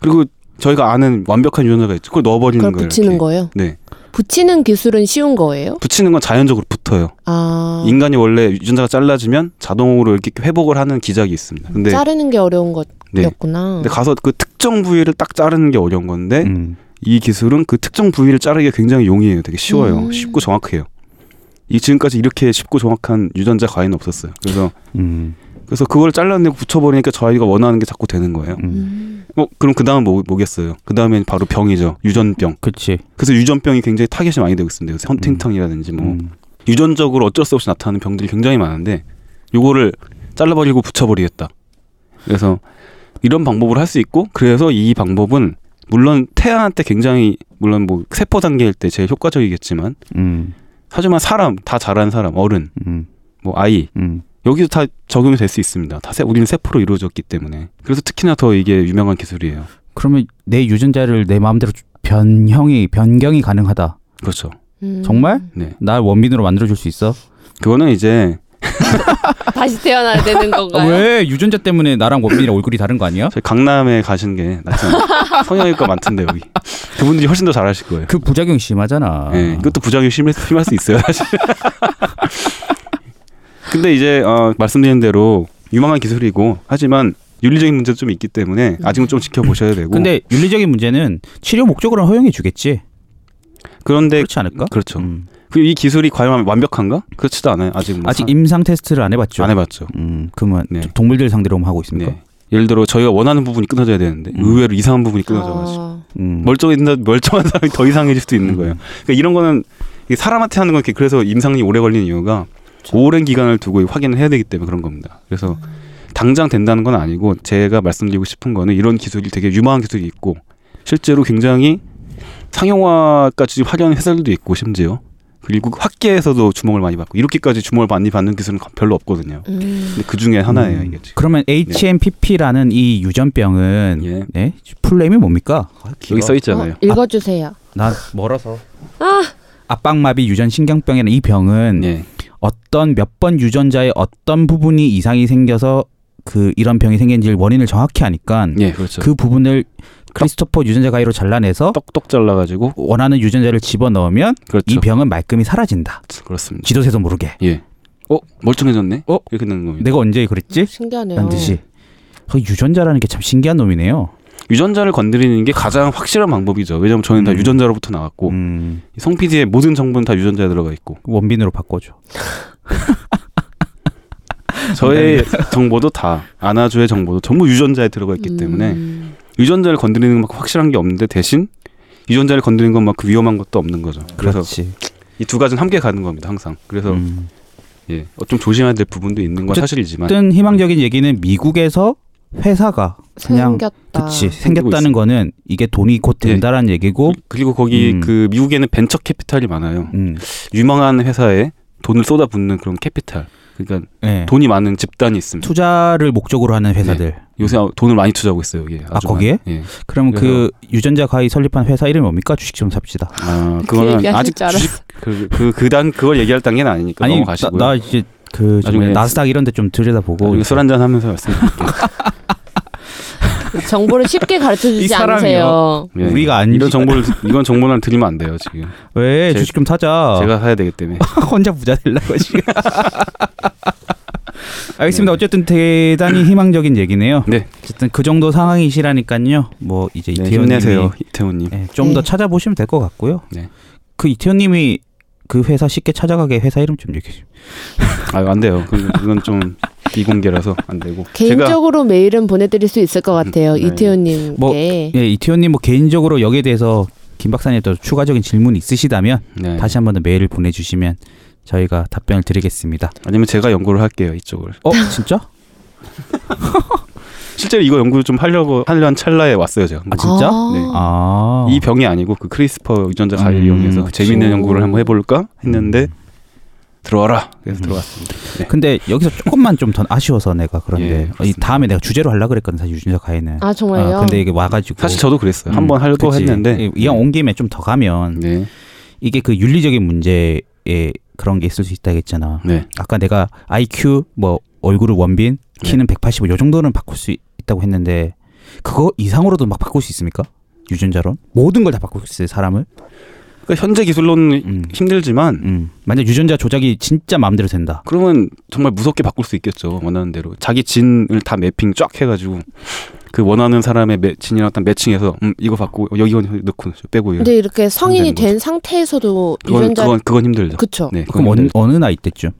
Speaker 4: 그리고 저희가 아는 완벽한 유전자가 있죠. 그걸 넣어버리는
Speaker 2: 그걸
Speaker 4: 거예요.
Speaker 2: 붙이는
Speaker 4: 이렇게.
Speaker 2: 거예요?
Speaker 4: 네.
Speaker 2: 붙이는 기술은 쉬운 거예요?
Speaker 4: 붙이는 건 자연적으로 붙어요.
Speaker 2: 아.
Speaker 4: 인간이 원래 유전자가 잘라지면 자동으로 이렇게 회복을 하는 기작이 있습니다. 근데
Speaker 2: 자르는 게 어려운
Speaker 4: 네.
Speaker 2: 것이었구나.
Speaker 4: 근데 가서 그 특정 부위를 딱 자르는 게 어려운 건데
Speaker 3: 음.
Speaker 4: 이 기술은 그 특정 부위를 자르기가 굉장히 용이해요. 되게 쉬워요.
Speaker 2: 음.
Speaker 4: 쉽고 정확해요. 이 지금까지 이렇게 쉽고 정확한 유전자 과잉은 없었어요. 그래서
Speaker 3: 음.
Speaker 4: 그래서 그걸 잘라내고 붙여버리니까 저희가 원하는 게 자꾸 되는 거예요.
Speaker 3: 음.
Speaker 2: 음.
Speaker 4: 어 그럼 그 다음 뭐 뭐겠어요? 그 다음엔 바로 병이죠. 유전병.
Speaker 3: 그렇지.
Speaker 4: 그래서 유전병이 굉장히 타겟이 많이 되고 있습니다. 요새 헌팅턴이라든지 뭐
Speaker 3: 음.
Speaker 4: 유전적으로 어쩔 수 없이 나타나는 병들이 굉장히 많은데 요거를 잘라버리고 붙여버리겠다. 그래서 이런 방법으로 할 수 있고 그래서 이 방법은 물론 태아한테 굉장히 물론 뭐 세포 단계일 때 제일 효과적이겠지만
Speaker 3: 음.
Speaker 4: 하지만 사람 다 자란 사람 어른
Speaker 3: 음.
Speaker 4: 뭐 아이
Speaker 3: 음.
Speaker 4: 여기도 다 적용이 될 수 있습니다. 다 세, 우리는 세포로 이루어졌기 때문에 그래서 특히나 더 이게 유명한 기술이에요.
Speaker 3: 그러면 내 유전자를 내 마음대로 주- 변형이 변경이 가능하다.
Speaker 4: 그렇죠.
Speaker 2: 음.
Speaker 3: 정말?
Speaker 4: 네
Speaker 3: 날 원빈으로 만들어 줄 수 있어? 아,
Speaker 4: 그거는 이제
Speaker 2: 아, 다시 태어나야 되는
Speaker 3: 아,
Speaker 2: 건가요?
Speaker 3: 왜 유전자 때문에 나랑 원빈이랑 얼굴이 다른 거 아니야?
Speaker 4: 저희 강남에 가신 게 낫지 않나요? 성형외과 많던데 여기 그분들이 훨씬 더 잘하실 거예요.
Speaker 3: 그 부작용 심하잖아.
Speaker 4: 예, 이것도 부작용이 심할, 수- 심할 수 있어요, 사실. 근데 이제 어, 말씀드린 대로 유망한 기술이고 하지만 윤리적인 문제도 좀 있기 때문에 아직은 좀 지켜보셔야 되고.
Speaker 3: 근데 윤리적인 문제는 치료 목적으로는 허용해 주겠지.
Speaker 4: 그런데
Speaker 3: 그렇지 않을까?
Speaker 4: 그렇죠.
Speaker 3: 음.
Speaker 4: 그이 기술이 과연 완벽한가? 그렇지도 않아요. 아직 뭐
Speaker 3: 아직
Speaker 4: 사-
Speaker 3: 임상 테스트를 안 해봤죠.
Speaker 4: 안 해봤죠.
Speaker 3: 음, 그러면
Speaker 4: 네.
Speaker 3: 동물들 상대로 하고 있습니까?
Speaker 4: 네. 예를 들어 저희가 원하는 부분이 끊어져야 되는데
Speaker 3: 음.
Speaker 4: 의외로 이상한 부분이 끊어져가지고
Speaker 2: 아,
Speaker 3: 음.
Speaker 4: 멀쩡한 멀쩡한 사람이 더 이상해질 수도 있는 거예요. 그러니까 이런 거는 이게 사람한테 하는 건 이렇게 그래서 임상이 오래 걸리는 이유가 오랜 기간을 두고 확인을 해야 되기 때문에 그런 겁니다. 그래서 당장 된다는 건 아니고 제가 말씀드리고 싶은 거는 이런 기술이 되게 유망한 기술이 있고 실제로 굉장히 상용화까지 확연 해설도 있고 심지어 그리고 학계에서도 주목을 많이 받고 이렇게까지 주목을 많이 받는 기술은 별로 없거든요.
Speaker 2: 음.
Speaker 4: 근데 그 중에 하나예요
Speaker 3: 음.
Speaker 4: 이게 지금. 네.
Speaker 3: 그러면 HMPP라는 이 유전병은
Speaker 4: 예.
Speaker 3: 네? 풀네임이 뭡니까?
Speaker 4: 여기 써 있잖아요.
Speaker 2: 어, 읽어주세요.
Speaker 3: 난 멀어서. 압박마비 유전 신경병이라는 이 병은
Speaker 4: 예.
Speaker 3: 어떤 몇 번 유전자의 어떤 부분이 이상이 생겨서 그 이런 병이 생긴지 원인을 정확히 아니까
Speaker 4: 예, 그렇죠.
Speaker 3: 그 부분을 크리스토퍼 유전자 가위로 잘라내서
Speaker 4: 똑똑 잘라가지고
Speaker 3: 원하는 유전자를 집어 넣으면
Speaker 4: 그렇죠.
Speaker 3: 이 병은 말끔히 사라진다.
Speaker 4: 그렇습니다.
Speaker 3: 지도새도 모르게.
Speaker 4: 예. 어 멀쩡해졌네.
Speaker 3: 어?
Speaker 4: 이렇게 되는 겁니다.
Speaker 3: 내가 언제 그랬지?
Speaker 2: 신기하네요. 음.
Speaker 3: 반드시. 그 유전자라는 게 참 신기한 놈이네요.
Speaker 4: 유전자를 건드리는 게 가장 확실한 방법이죠. 왜냐하면 저희는 다
Speaker 3: 음.
Speaker 4: 유전자로부터 나왔고
Speaker 3: 음,
Speaker 4: 성 PD의 모든 정보는 다 유전자에 들어가 있고
Speaker 3: 원빈으로 바꿔줘. 네.
Speaker 4: 저의 정보도 다 아나조의 정보도 전부 유전자에 들어가 있기 때문에
Speaker 2: 음.
Speaker 4: 유전자를 건드리는 것만큼 확실한 게 없는데 대신 유전자를 건드리는 것만큼 위험한 것도 없는 거죠. 그래서
Speaker 3: 그렇지.
Speaker 4: 이 두 가지는 함께 가는 겁니다. 항상. 그래서
Speaker 3: 음.
Speaker 4: 예, 어, 좀 조심해야 될 부분도 있는 건
Speaker 3: 어쨌든
Speaker 4: 사실이지만
Speaker 3: 어떤 희망적인 얘기는 미국에서 회사가 그냥
Speaker 2: 생겼다.
Speaker 3: 그치 아, 생겼다는 거는 이게 돈이 곧
Speaker 4: 네.
Speaker 3: 된다라는 얘기고
Speaker 4: 그리고 거기
Speaker 3: 어? 음.
Speaker 4: 그 미국에는 벤처 캐피탈이 많아요.
Speaker 3: 음,
Speaker 4: 유명한 회사에 돈을 쏟아붓는 그런 캐피탈. 그러니까
Speaker 3: 예.
Speaker 4: 돈이 네. 많은 집단이 있습니다.
Speaker 3: 투자를 목적으로 하는 회사들
Speaker 4: 요새 돈을 많이 투자하고 있어요. 여기
Speaker 3: 아, 거기에?
Speaker 4: 예.
Speaker 3: 그럼 그 유전자 가위 설립한 회사 이름이 뭡니까 주식 좀 삽시다
Speaker 4: 아,
Speaker 2: 그
Speaker 4: 그거는
Speaker 2: 얘기하실
Speaker 4: 아직
Speaker 2: 줄 알았어.
Speaker 4: 그그그단 그걸 얘기할 단계는 아니니까
Speaker 3: 아니 나,
Speaker 4: 넘어가시고요.
Speaker 3: 나뭐 이제 그
Speaker 4: 나중에
Speaker 3: 정말 나스닥 이런 데 좀 들여다보고
Speaker 4: 나중에 술 한잔 하면서 말씀드릴게요.
Speaker 2: 정보를 쉽게 가르쳐
Speaker 3: 이
Speaker 2: 주지
Speaker 3: 사람이요.
Speaker 2: 않으세요.
Speaker 4: 예.
Speaker 3: 우리가 안
Speaker 4: 이런 정보를 이건 정보는 드리면 안 돼요 지금.
Speaker 3: 왜
Speaker 4: 제-
Speaker 3: 주식 좀 사자
Speaker 4: 제가 사야 되기 때문에.
Speaker 3: 혼자 부자 되려고 지금 알겠습니다 어쨌든 대단히 희망적인 얘기네요
Speaker 4: 네.
Speaker 3: 어쨌든 그 정도 상황이시라니까요 뭐 이제
Speaker 4: 네,
Speaker 3: 이태원님이
Speaker 4: 힘내세요 이태훈님.
Speaker 3: 좀 더
Speaker 2: 네.
Speaker 3: 찾아보시면 될 것 같고요.
Speaker 4: 네.
Speaker 3: 그 이태원님이 그 회사 쉽게 찾아가게 회사 이름 좀 얘기해 주세요.
Speaker 4: 아안 돼요. 그건, 그건 좀 비공개라서 안 되고. 제가
Speaker 2: 개인적으로 메일은 보내드릴 수 있을 것 같아요.
Speaker 4: 네.
Speaker 2: 이태훈님께.
Speaker 3: 뭐, 예, 이태원님 뭐 개인적으로 여기에 대해서 김 박사님 또 추가적인 질문 이 있으시다면
Speaker 4: 네.
Speaker 3: 다시 한 번 더 메일을 보내주시면 저희가 답변을 드리겠습니다.
Speaker 4: 아니면 제가 연구를 할게요 이쪽을.
Speaker 3: 어 진짜?
Speaker 4: 실제로 이거 연구를 좀 하려고 하려는 찰나에 왔어요 제가.
Speaker 3: 아 진짜?
Speaker 2: 아.
Speaker 4: 네.
Speaker 3: 아.
Speaker 4: 이 병이 아니고 그 크리스퍼 유전자 가위
Speaker 3: 음,
Speaker 4: 이용해서
Speaker 3: 그치.
Speaker 4: 재미있는 연구를 한번 해볼까 했는데 들어와라 그래서
Speaker 3: 음.
Speaker 4: 들어왔습니다.
Speaker 3: 근데 여기서 조금만 좀 더 아쉬워서 내가
Speaker 4: 예,
Speaker 3: 그런데 이
Speaker 4: 그렇습니다.
Speaker 3: 다음에 내가 주제로 하려고 그랬거든 사실 유준석 가이는. 어,
Speaker 2: 아 정말요?
Speaker 3: 근데 이게 와가지고
Speaker 4: 사실 저도 그랬어요.
Speaker 3: 음,
Speaker 4: 한번 하려고
Speaker 3: 그치.
Speaker 4: 했는데 음.
Speaker 3: 이왕 온 김에 좀 더 가면
Speaker 4: 네,
Speaker 3: 이게 그 윤리적인 문제에 그런 게 있을 수 있다 했잖아.
Speaker 4: 네,
Speaker 3: 아까 내가 IQ 뭐 얼굴을 원빈 키는 185 요 정도는 바꿀 수 있다고 했는데 그거 이상으로도 막 바꿀 수 있습니까? 유전자론 모든 걸 다 바꿀 수 있어요 사람을.
Speaker 4: 그러니까 현재 기술로는
Speaker 3: 음.
Speaker 4: 힘들지만
Speaker 3: 음. 만약 유전자 조작이 진짜 마음대로 된다.
Speaker 4: 그러면 정말 무섭게 바꿀 수 있겠죠 원하는 대로 자기 진을 다 매핑 쫙 해가지고 그 원하는 사람의 매, 진이랑 딱 매칭해서 음, 이거 바꾸고 여기 이건 넣고 빼고 이런.
Speaker 2: 근데 이렇게 성인이
Speaker 4: 되는 거죠.
Speaker 2: 된 상태에서도
Speaker 4: 그건
Speaker 2: 네, 유전자
Speaker 4: 그건 그건 힘들죠.
Speaker 2: 그쵸?
Speaker 4: 네,
Speaker 3: 그럼
Speaker 4: 그건
Speaker 3: 어느,
Speaker 4: 힘들죠.
Speaker 3: 어느 나이 때쯤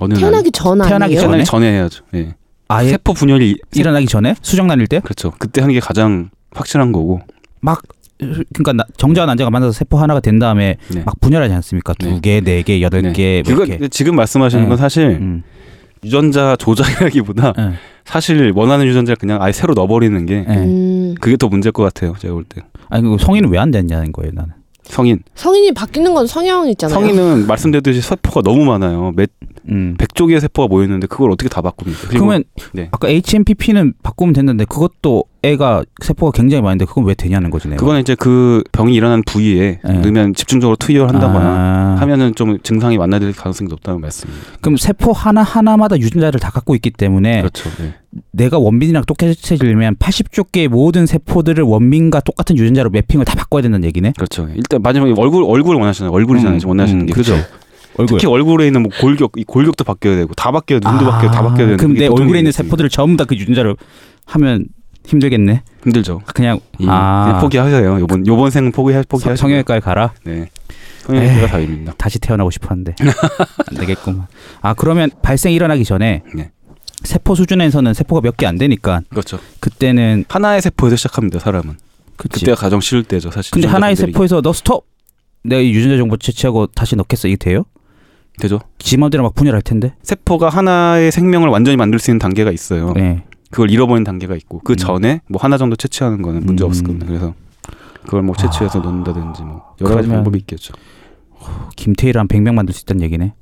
Speaker 4: 어느
Speaker 2: 태어나기 전 아니에요?
Speaker 3: 태어나기
Speaker 4: 날
Speaker 3: 전-
Speaker 4: 태어나기 전에 해야죠. 예.
Speaker 3: 아예
Speaker 4: 세포 분열이
Speaker 3: 일어나기 전에 수정 날릴 때?
Speaker 4: 그렇죠. 그때 하는 게 가장 확실한 거고.
Speaker 3: 그러니까 나- 정자와 난자가 만나서 세포 하나가 된 다음에
Speaker 4: 네.
Speaker 3: 막 분열하지 않습니까? 두
Speaker 4: 네.
Speaker 3: 개, 네 개, 여덟
Speaker 4: 네.
Speaker 3: 개, 뭐
Speaker 4: 그거
Speaker 3: 이렇게.
Speaker 4: 지금 말씀하시는
Speaker 3: 네.
Speaker 4: 건 사실
Speaker 3: 음.
Speaker 4: 유전자 조작이라기보다
Speaker 3: 예.
Speaker 4: 사실 원하는 유전자를 그냥 아예 새로 넣어버리는 게
Speaker 3: 예.
Speaker 2: 음,
Speaker 4: 그게 더 문제일 것 같아요. 제가 볼 때.
Speaker 3: 아니 그 성인은 왜 안 됐냐는 거예요 나는.
Speaker 4: 성인.
Speaker 2: 성인이 바뀌는 건 성향이잖아요.
Speaker 4: 성인은 말씀드렸듯이 세포가 너무 많아요. 몇,
Speaker 3: 음.
Speaker 4: 100조개의 세포가 모였는데 그걸 어떻게 다 바꿉니까? 그리고
Speaker 3: 그러면
Speaker 4: 네.
Speaker 3: 아까 HMPP는 바꾸면 됐는데 그것도 애가 세포가 굉장히 많은데 그건 왜 되냐는 거지 내가.
Speaker 4: 그거는 이제 그 병이 일어나는 부위에
Speaker 3: 네.
Speaker 4: 넣으면 집중적으로 투여를 한다거나
Speaker 3: 아,
Speaker 4: 하면은 좀 증상이 만나될 가능성이 높다는 말씀입니다.
Speaker 3: 그럼 세포 하나 하나마다 유전자를 다 갖고 있기 때문에
Speaker 4: 그렇죠. 네.
Speaker 3: 내가 원빈이랑 똑같아지려면 80조 개의 모든 세포들을 원빈과 똑같은 유전자로 매핑을 다 바꿔야 된다는 얘기네.
Speaker 4: 그렇죠. 일단 마지막에 얼굴 얼굴을 원하시는 얼굴이잖아요.
Speaker 3: 음,
Speaker 4: 지금 원하시는
Speaker 3: 음,
Speaker 4: 게.
Speaker 3: 그죠. 얼굴.
Speaker 4: 특히 얼굴에 있는 뭐 골격, 이 골격도 바뀌어야 되고 다 바뀌어, 눈도 바뀌어, 다 바뀌어야 되는.
Speaker 3: 그럼
Speaker 4: 그게
Speaker 3: 내 아,
Speaker 4: 보통
Speaker 3: 얼굴에 있는
Speaker 4: 일이거든요.
Speaker 3: 세포들을 전부 다 그 유전자로 하면 힘들겠네.
Speaker 4: 힘들죠.
Speaker 3: 그냥
Speaker 4: 예.
Speaker 3: 아
Speaker 4: 그냥 포기하세요. 요번 요번 생은 포기
Speaker 3: 성-
Speaker 4: 포기하세요.
Speaker 3: 성형외과에 가라.
Speaker 4: 네. 성형외과가 답입니다.
Speaker 3: 다시 태어나고 싶었는데 안 되겠구만. 아 그러면 발생 일어나기 전에
Speaker 4: 네.
Speaker 3: 세포 수준에서는 세포가 몇 개 안 되니까
Speaker 4: 그렇죠.
Speaker 3: 그때는
Speaker 4: 하나의 세포에서 시작합니다. 사람은.
Speaker 3: 그치.
Speaker 4: 그때가 가장 쉬울 때죠, 사실.
Speaker 3: 근데
Speaker 4: 유전자
Speaker 3: 하나의
Speaker 4: 건드리기.
Speaker 3: 세포에서 너 스톱. 내가 이 유전자 정보 채취하고 다시 넣겠어 이게 돼요?
Speaker 4: 되죠.
Speaker 3: 지 맘대로 막 분열할 텐데.
Speaker 4: 세포가 하나의 생명을 완전히 만들 수 있는 단계가 있어요.
Speaker 3: 네.
Speaker 4: 그걸 잃어버리는 단계가 있고 그
Speaker 3: 음.
Speaker 4: 전에 뭐 하나 정도 채취하는 거는 문제
Speaker 3: 음.
Speaker 4: 없을
Speaker 3: 아.
Speaker 4: 겁니다. 그래서 그걸 뭐 채취해서 넣는다든지 뭐 여러 가지
Speaker 3: 그러면-
Speaker 4: 방법이 있겠죠.
Speaker 3: 뭐 김태일 한 100명 만들 수 있다는 얘기네.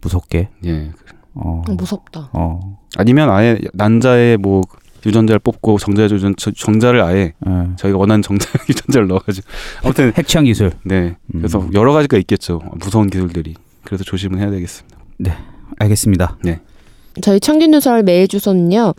Speaker 3: 무섭게.
Speaker 4: 예.
Speaker 3: 어.
Speaker 2: 아, 무섭다.
Speaker 3: 어.
Speaker 4: 아니면 아예 난자에 뭐 유전자를 뽑고 정자 유전 정자를 아예
Speaker 3: 예.
Speaker 4: 저희가 원하는 정자 유전자를 넣어가지고 아무튼
Speaker 3: 핵취향 기술.
Speaker 4: 네
Speaker 3: 음.
Speaker 4: 그래서 여러 가지가 있겠죠 무서운 기술들이 그래서 조심은 해야 되겠습니다
Speaker 3: 알겠습니다.
Speaker 2: 저희 청균누설 메일 주소는요.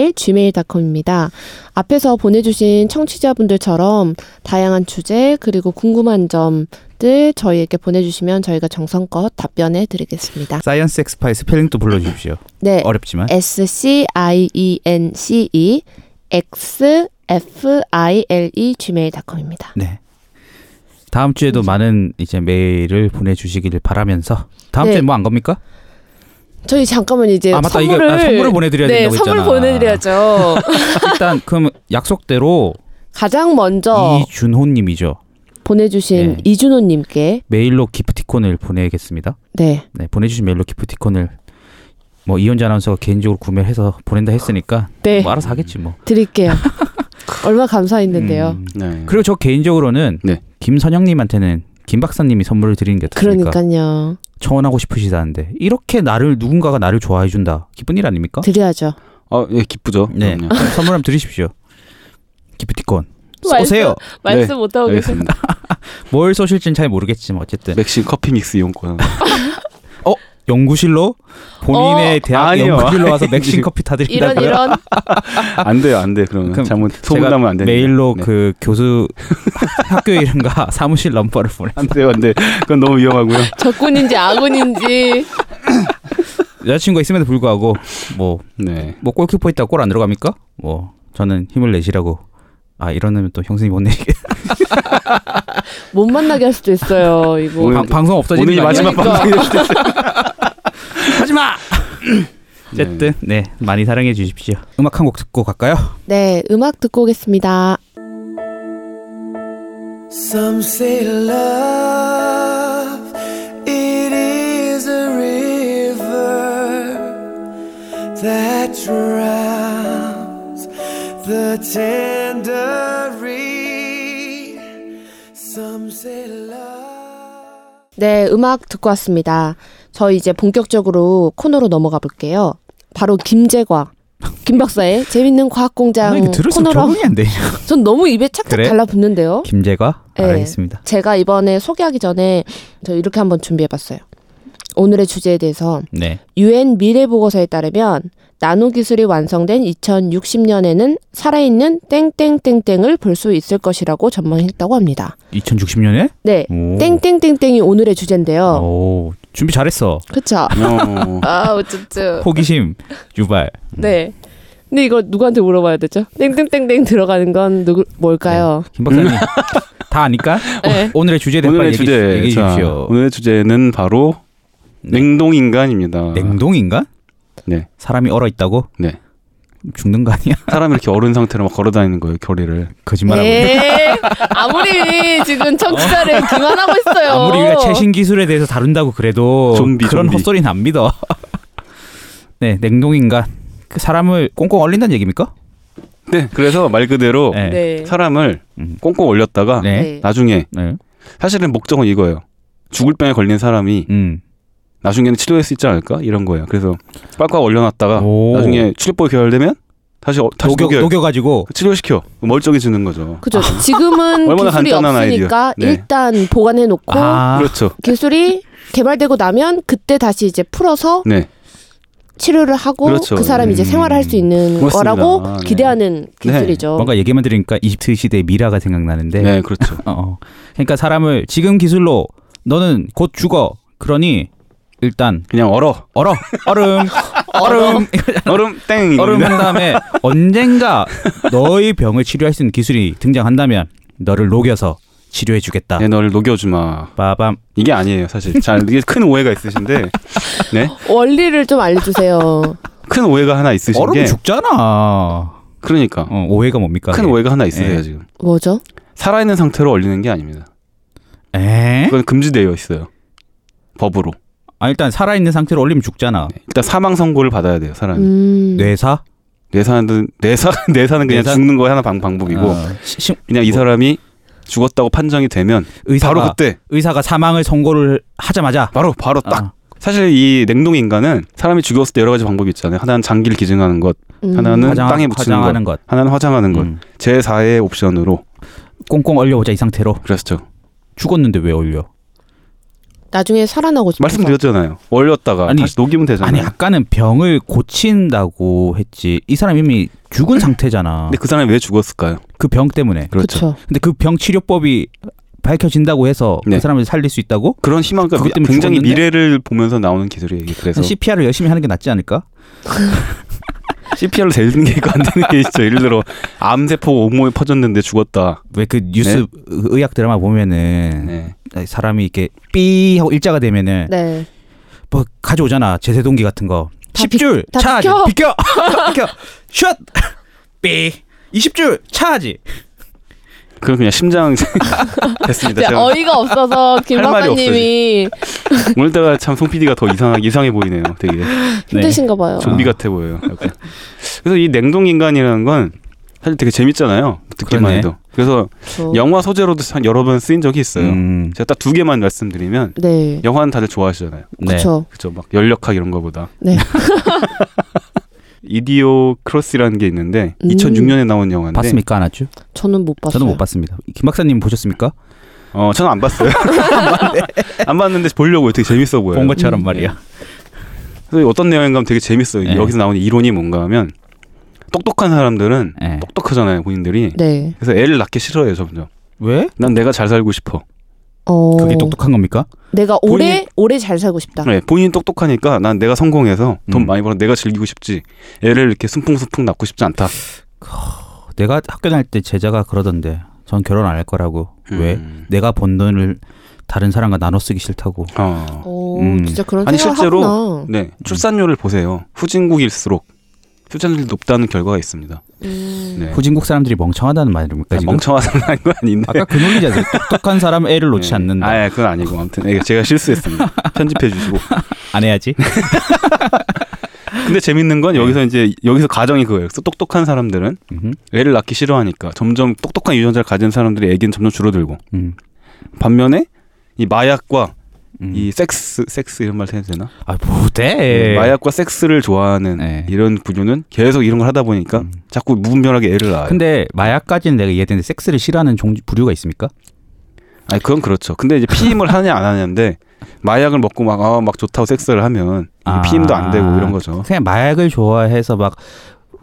Speaker 2: scienceexfile@gmail.com입니다. 앞에서 보내주신 청취자분들처럼 다양한 주제 그리고 궁금한 점들 저희에게 보내주시면 저희가 정성껏 답변해 드리겠습니다.
Speaker 3: 사이언스 엑스파이 스펠링도 불러주십시오.
Speaker 2: 네,
Speaker 3: 어렵지만.
Speaker 2: S C I E N C E X F I L E gmail.com입니다.
Speaker 3: 네. 다음 주에도
Speaker 2: 그렇죠.
Speaker 3: 많은 이제 메일을 보내주시기를 바라면서 다음
Speaker 2: 네.
Speaker 3: 주에 뭐 안 겁니까?
Speaker 2: 저희 잠깐만 이제
Speaker 3: 아 맞다
Speaker 2: 선물을
Speaker 3: 이게 아, 선물을 보내드려야
Speaker 2: 네,
Speaker 3: 된다고
Speaker 2: 선물
Speaker 3: 했잖아.
Speaker 2: 보내드려야죠.
Speaker 3: 일단 그럼 약속대로
Speaker 2: 가장 먼저
Speaker 3: 이준호님이죠.
Speaker 2: 보내주신
Speaker 3: 네.
Speaker 2: 이준호님께
Speaker 3: 메일로 기프티콘을 보내겠습니다.
Speaker 2: 네
Speaker 3: 네, 보내주신 메일로 기프티콘을 뭐 이현자 아나운서가 개인적으로 구매해서 보낸다 했으니까
Speaker 2: 네.
Speaker 3: 뭐 알아서 하겠지 뭐.
Speaker 2: 드릴게요. 얼마 감사했는데요.
Speaker 3: 음.
Speaker 4: 네
Speaker 3: 그리고 저 개인적으로는
Speaker 4: 네.
Speaker 3: 김선영님한테는 김 박사님이 선물을 드리는 게 어떻습니까?
Speaker 2: 그러니까요.
Speaker 3: 청원하고 싶으시다는데 이렇게 나를 누군가가 나를 좋아해 준다 기쁜 일
Speaker 2: 어?
Speaker 3: 아닙니까?
Speaker 2: 드려야죠.
Speaker 4: 아 예 기쁘죠
Speaker 3: 네.
Speaker 4: 그럼요.
Speaker 3: 선물 한번 드리십시오. 기프티콘
Speaker 2: 말씀-
Speaker 3: 쏘세요.
Speaker 2: 말씀
Speaker 4: 네,
Speaker 2: 못하고 계세요.
Speaker 4: 알겠습니다
Speaker 3: 뭘 쏘실진 잘 모르겠지만 어쨌든
Speaker 4: 맥심 커피 믹스 이용권
Speaker 3: 연구실로 본인의
Speaker 2: 어.
Speaker 3: 대학
Speaker 4: 아니요.
Speaker 3: 연구실로 와서
Speaker 4: 아니.
Speaker 3: 맥심 커피
Speaker 2: 이런
Speaker 3: 타드린다고요.
Speaker 2: 이런
Speaker 4: 안 돼요 안 돼 그러면
Speaker 3: 그럼
Speaker 4: 잘못
Speaker 3: 제가
Speaker 4: 소문나면 안 되니까
Speaker 3: 메일로
Speaker 4: 네.
Speaker 3: 그 교수 학- 학교 이름과 사무실 넘버를 보내.
Speaker 4: 안 돼요 안 돼 그건 너무 위험하고요
Speaker 2: 적군인지 아군인지
Speaker 3: 여자친구가 있음에도 불구하고 뭐
Speaker 4: 네
Speaker 3: 뭐 골키퍼 있다 골 안 들어갑니까? 뭐 저는 힘을 내시라고. 아 이러면 또 형수님 못 내게.
Speaker 2: 못 만나게 할 수도 있어요. 이거
Speaker 4: 오늘-
Speaker 3: 방- 방송 없어지는
Speaker 4: 오늘이
Speaker 3: 거 아니야?
Speaker 4: 마지막
Speaker 2: 그러니까.
Speaker 4: 방송이 될수 있어요
Speaker 3: 하지 마. 어쨌든 네 많이 사랑해 주십시오. 음악 한 곡 듣고 갈까요?
Speaker 2: 네 음악 듣고 오겠습니다.
Speaker 5: Some say love, it is a river that drowns the tender reed. Some say love.
Speaker 2: 네 음악 듣고 왔습니다. 저희 이제 본격적으로 코너로 넘어가 볼게요. 바로 김제과 김 박사의 재밌는
Speaker 3: 나
Speaker 2: 과학 공장
Speaker 3: 아, 이거 들을수록
Speaker 2: 코너로
Speaker 3: 적응이 안 돼.
Speaker 2: 전 너무 입에 착착
Speaker 3: 그래?
Speaker 2: 달라붙는데요.
Speaker 3: 김재가
Speaker 2: 네.
Speaker 3: 알겠습니다.
Speaker 2: 제가 이번에 소개하기 전에 저 이렇게 한번 준비해봤어요. 오늘의 주제에 대해서
Speaker 3: 네.
Speaker 2: UN 미래 보고서에 따르면 나노 기술이 완성된 2060년에는 살아있는 땡땡땡땡을 볼 수 있을 것이라고 전망했다고 합니다.
Speaker 3: 2060년에?
Speaker 2: 네. 땡땡땡땡이 오늘의 주제인데요.
Speaker 3: 오 준비 잘했어.
Speaker 2: 그쵸?
Speaker 4: 어,
Speaker 2: 아, 어쨌든.
Speaker 3: 호기심 유발.
Speaker 2: 네. 근데 이거 누구한테 물어봐야 되죠? 땡땡땡땡 들어가는 건 누구, 뭘까요?
Speaker 3: 김 박사님 다 아니까
Speaker 2: 네.
Speaker 3: 오늘의 주제에 대해
Speaker 4: 음. 오늘의
Speaker 3: 빨리 얘기-
Speaker 4: 주제
Speaker 3: 얘기해
Speaker 4: 자,
Speaker 3: 주십시오.
Speaker 4: 오늘의 주제는 바로
Speaker 3: 네.
Speaker 4: 냉동 인간입니다
Speaker 3: 냉동인가?
Speaker 4: 아. 네.
Speaker 3: 사람이 얼어 있다고?
Speaker 4: 네.
Speaker 3: 죽는 거 아니야?
Speaker 4: 사람이 이렇게 얼은 상태로 막 걸어다니는 거예요 결의를
Speaker 3: 거짓말하고. 있네.
Speaker 2: 에이, 아무리 지금 청취자를 기만하고 있어요.
Speaker 3: 아무리 우리가 최신 기술에 대해서 다룬다고 그래도
Speaker 4: 좀비,
Speaker 3: 그런
Speaker 4: 좀비.
Speaker 3: 헛소리는 안 믿어. 네, 냉동인간. 그 사람을 꽁꽁 얼린다는 얘기입니까?
Speaker 4: 네 그래서 말 그대로
Speaker 3: 네.
Speaker 2: 네.
Speaker 4: 사람을
Speaker 3: 음.
Speaker 4: 꽁꽁 얼렸다가
Speaker 3: 네.
Speaker 2: 네.
Speaker 4: 나중에
Speaker 3: 네.
Speaker 4: 사실은 목적은 이거예요. 죽을 병에 걸린 사람이
Speaker 3: 음.
Speaker 4: 나중에는 치료할 수 있지 않을까 이런 거예요. 그래서 꽉꽉 얼려놨다가
Speaker 3: 오.
Speaker 4: 아, 나중에 출입법이 결되면 다시 어, 다시
Speaker 3: 녹여,
Speaker 4: 녹여,
Speaker 3: 녹여가지고
Speaker 4: 치료시켜 멀쩡해지는 거죠.
Speaker 2: 그죠. 지금은
Speaker 4: 아. 얼마나
Speaker 2: 기술이
Speaker 4: 간단한
Speaker 2: 없으니까
Speaker 4: 아이디어. 네.
Speaker 2: 일단 보관해 놓고
Speaker 3: 아,
Speaker 4: 그렇죠.
Speaker 2: 기술이 개발되고 나면 그때 다시 이제 풀어서
Speaker 4: 네,
Speaker 2: 치료를 하고
Speaker 4: 그렇죠.
Speaker 2: 그 사람이 이제
Speaker 3: 음.
Speaker 2: 생활을 할 수 있는
Speaker 4: 그렇습니다.
Speaker 2: 거라고
Speaker 4: 아, 네.
Speaker 2: 기대하는
Speaker 4: 네.
Speaker 2: 기술이죠.
Speaker 3: 뭔가 얘기만 들으니까 이집트 시대의 미라가 생각나는데.
Speaker 4: 네, 그렇죠.
Speaker 3: 어, 어. 그러니까 사람을 지금 기술로 너는 곧 죽어. 그러니 일단
Speaker 4: 그냥 얼어
Speaker 3: 얼어. 얼음. 얼음.
Speaker 4: 얼음 땡
Speaker 3: 얼음
Speaker 4: 이겁니다.
Speaker 3: 한 다음에 언젠가 너의 병을 치료할 수 있는 기술이 등장한다면 너를 녹여서 치료해주겠다.
Speaker 4: 내 너를 네, 녹여주마.
Speaker 3: 빠밤.
Speaker 4: 이게 아니에요, 사실. 자, 이게 큰 오해가 있으신데, 네?
Speaker 2: 원리를 좀 알려주세요.
Speaker 4: 큰 오해가 하나 그 있으신
Speaker 3: 얼음
Speaker 4: 게,
Speaker 3: 죽잖아. 어,
Speaker 4: 그러니까.
Speaker 3: 오해가 뭡니까?
Speaker 4: 큰
Speaker 3: 그게?
Speaker 4: 오해가 하나 있으세요,
Speaker 3: 예.
Speaker 4: 지금.
Speaker 2: 뭐죠?
Speaker 4: 살아있는 상태로 얼리는 게 아닙니다.
Speaker 3: 에?
Speaker 4: 그건 금지되어 있어요. 법으로.
Speaker 3: 아 일단 살아있는 상태로 얼리면 죽잖아.
Speaker 4: 일단 사망 선고를 받아야 돼요, 사람이.
Speaker 2: 음.
Speaker 4: 네.
Speaker 3: 뇌사?
Speaker 4: 뇌사는, 뇌사, 뇌사는 그냥
Speaker 3: 뇌사-
Speaker 4: 죽는 거 하나 방, 방법이고,
Speaker 3: 어, 시- 시-
Speaker 4: 그냥 이
Speaker 3: 뭐.
Speaker 4: 사람이 죽었다고 판정이 되면,
Speaker 3: 의사가
Speaker 4: 바로 그때,
Speaker 3: 의사가 사망을 선고를 하자마자
Speaker 4: 바로, 바로 딱.
Speaker 3: 아. 아,
Speaker 4: 사실 이 냉동 인간은 사람이 죽었을 때 여러 가지 방법이 있잖아요. 하나는 장기를 기증하는 것,
Speaker 2: 음.
Speaker 4: 하나는
Speaker 3: 화장,
Speaker 4: 땅에 묻히는
Speaker 3: 화장하는 것.
Speaker 4: 하나는 화장하는 것.
Speaker 3: 음.
Speaker 4: 제4의 옵션으로.
Speaker 3: 꽁꽁 얼려보자 이 상태로
Speaker 4: 그렇죠.
Speaker 3: 죽었는데 왜 얼려?
Speaker 2: 나중에 살아나고 싶어서.
Speaker 4: 말씀드렸잖아요. 얼렸다가
Speaker 3: 아니,
Speaker 4: 다시 녹이면
Speaker 3: 아니
Speaker 4: 되잖아요.
Speaker 3: 아까는 병을 고친다고 했지 이 사람 이미 죽은 상태잖아.
Speaker 4: 근데 그 사람이 왜 죽었을까요?
Speaker 3: 그 병 때문에.
Speaker 4: 그렇죠.
Speaker 2: 그쵸.
Speaker 3: 근데 그 병 치료법이 밝혀진다고 해서
Speaker 4: 네.
Speaker 3: 그 사람을 살릴 수 있다고?
Speaker 4: 그런 희망과
Speaker 3: 그것
Speaker 4: 미-
Speaker 3: 때문에
Speaker 4: 굉장히
Speaker 3: 죽었는데?
Speaker 4: 미래를 보면서 나오는 기술이에요. 이게. 그래서
Speaker 3: CPR을 열심히 하는 게 낫지 않을까?
Speaker 4: CPR로 되는 게 있고 안 되는 게 있죠. 예를 들어 암세포가 온몸에 퍼졌는데 죽었다.
Speaker 3: 왜 그 뉴스
Speaker 4: 네.
Speaker 3: 의학 드라마 보면은
Speaker 4: 네.
Speaker 3: 사람이 이렇게 삐 하고 일자가 되면은
Speaker 2: 네.
Speaker 3: 뭐 가져오잖아 제세동기 같은 거.
Speaker 2: 다
Speaker 3: 10줄
Speaker 2: 다
Speaker 3: 차지
Speaker 2: 비켜!
Speaker 3: 비켜 비켜 슛 삐. 20줄 차지.
Speaker 4: 그럼 그냥 심장 됐습니다.
Speaker 2: 근데
Speaker 4: 제가
Speaker 2: 어이가 없어서 김
Speaker 4: 할 말이
Speaker 2: 박사님이
Speaker 4: 오늘따라 참송 PD가 더 이상 이상해 보이네요. 되게 네.
Speaker 2: 힘드신가
Speaker 3: 어.
Speaker 2: 봐요.
Speaker 4: 좀비 같아 보여요. 약간. 그래서 이 냉동 인간이라는 건 사실 되게 재밌잖아요. 듣기만
Speaker 3: 그러네. 어.
Speaker 4: 해도. 그래서
Speaker 2: 저-
Speaker 4: 영화 소재로도 참 여러 번 쓰인 적이 있어요.
Speaker 3: 음,
Speaker 4: 제가 딱 두 개만 말씀드리면
Speaker 2: 네.
Speaker 4: 영화는 다들 좋아하시잖아요.
Speaker 3: 네.
Speaker 2: 그쵸.
Speaker 4: 그죠? 막 열역학 이런 거보다.
Speaker 2: 네.
Speaker 4: 이디오 크로스라는 게 있는데
Speaker 2: 음.
Speaker 4: 2006년에 나온 영화인데
Speaker 3: 봤습니까 안았죠
Speaker 2: 저는 못 봤어요.
Speaker 3: 저는 못 봤습니다. 김 박사님 보셨습니까?
Speaker 4: 어, 저는 안 봤어요. 안 봤는데 보려고요. 되게 재밌어 보여요.
Speaker 3: 본 것처럼
Speaker 2: 음,
Speaker 3: 말이야.
Speaker 4: 그래서 어떤 내용인가 하면 되게 재밌어요.
Speaker 3: 네.
Speaker 4: 여기서 나오는 이론이 뭔가 하면 똑똑한 사람들은
Speaker 3: 예.
Speaker 4: 똑똑하잖아요, 본인들이.
Speaker 2: 네.
Speaker 4: 그래서 애를 낳기 싫어해요, 점점.
Speaker 3: 왜?
Speaker 4: 난 내가 잘 살고 싶어.
Speaker 2: 어.
Speaker 3: 그게 똑똑한 겁니까?
Speaker 2: 내가
Speaker 4: 본인-
Speaker 2: 오래 오래 잘 살고 싶다.
Speaker 4: 네, 본인 똑똑하니까 난 내가 성공해서 돈
Speaker 3: 음.
Speaker 4: 많이 벌어 내가 즐기고 싶지. 애를 이렇게 순풍순풍 낳고 싶지 않다.
Speaker 3: 내가 학교 다닐 때 제자가 그러던데 전 결혼 안 할 거라고 왜?
Speaker 4: 음.
Speaker 3: 내가 번 돈을 다른 사람과 나눠 쓰기 싫다고
Speaker 4: 어.
Speaker 2: 오,
Speaker 3: 음.
Speaker 2: 진짜 그런
Speaker 4: 아니,
Speaker 2: 생각을
Speaker 4: 실제로-
Speaker 2: 하구나.
Speaker 4: 네, 출산율을 보세요. 후진국일수록 출산율이 높다는 결과가 있습니다.
Speaker 2: 음.
Speaker 4: 네.
Speaker 3: 후진국 사람들이 멍청하다는 말입니까
Speaker 4: 아,
Speaker 3: 지금?
Speaker 4: 멍청하다는 건 아닌데.
Speaker 3: 아까 그 논리잖아요 똑똑한 사람 애를 놓지
Speaker 4: 네.
Speaker 3: 않는다
Speaker 4: 아, 예, 그건 아니고 아무튼 예, 제가 실수했습니다. 편집해 주시고.
Speaker 3: 안 해야지
Speaker 4: 근데 재밌는
Speaker 3: 네.
Speaker 4: 건 여기서 이제 여기서 가정이 그거예요. 그래서 똑똑한 사람들은
Speaker 3: 음,
Speaker 4: 애를 낳기 싫어하니까 점점 똑똑한 유전자를 가진 사람들의 애기는 점점 줄어들고
Speaker 3: 음,
Speaker 4: 반면에 이 마약과
Speaker 3: 음.
Speaker 4: 이 섹스 섹스 이런 말 해도 되나?
Speaker 3: 아 못해
Speaker 4: 네, 마약과 섹스를 좋아하는
Speaker 3: 네.
Speaker 4: 이런 부류는 계속 이런 걸 하다 보니까
Speaker 3: 음.
Speaker 4: 자꾸 무분별하게 애를 낳아요.
Speaker 3: 근데 마약까지는 내가 이해되는데 섹스를 싫어하는 종류 부류가 있습니까?
Speaker 4: 아니 그건 그렇죠. 근데 이제 피임을 하냐 안 하냐인데 마약을 먹고 막 아, 막 좋다고 섹스를 하면 이게
Speaker 3: 아.
Speaker 4: 피임도 안 되고 이런 거죠.
Speaker 3: 그냥 마약을 좋아해서 막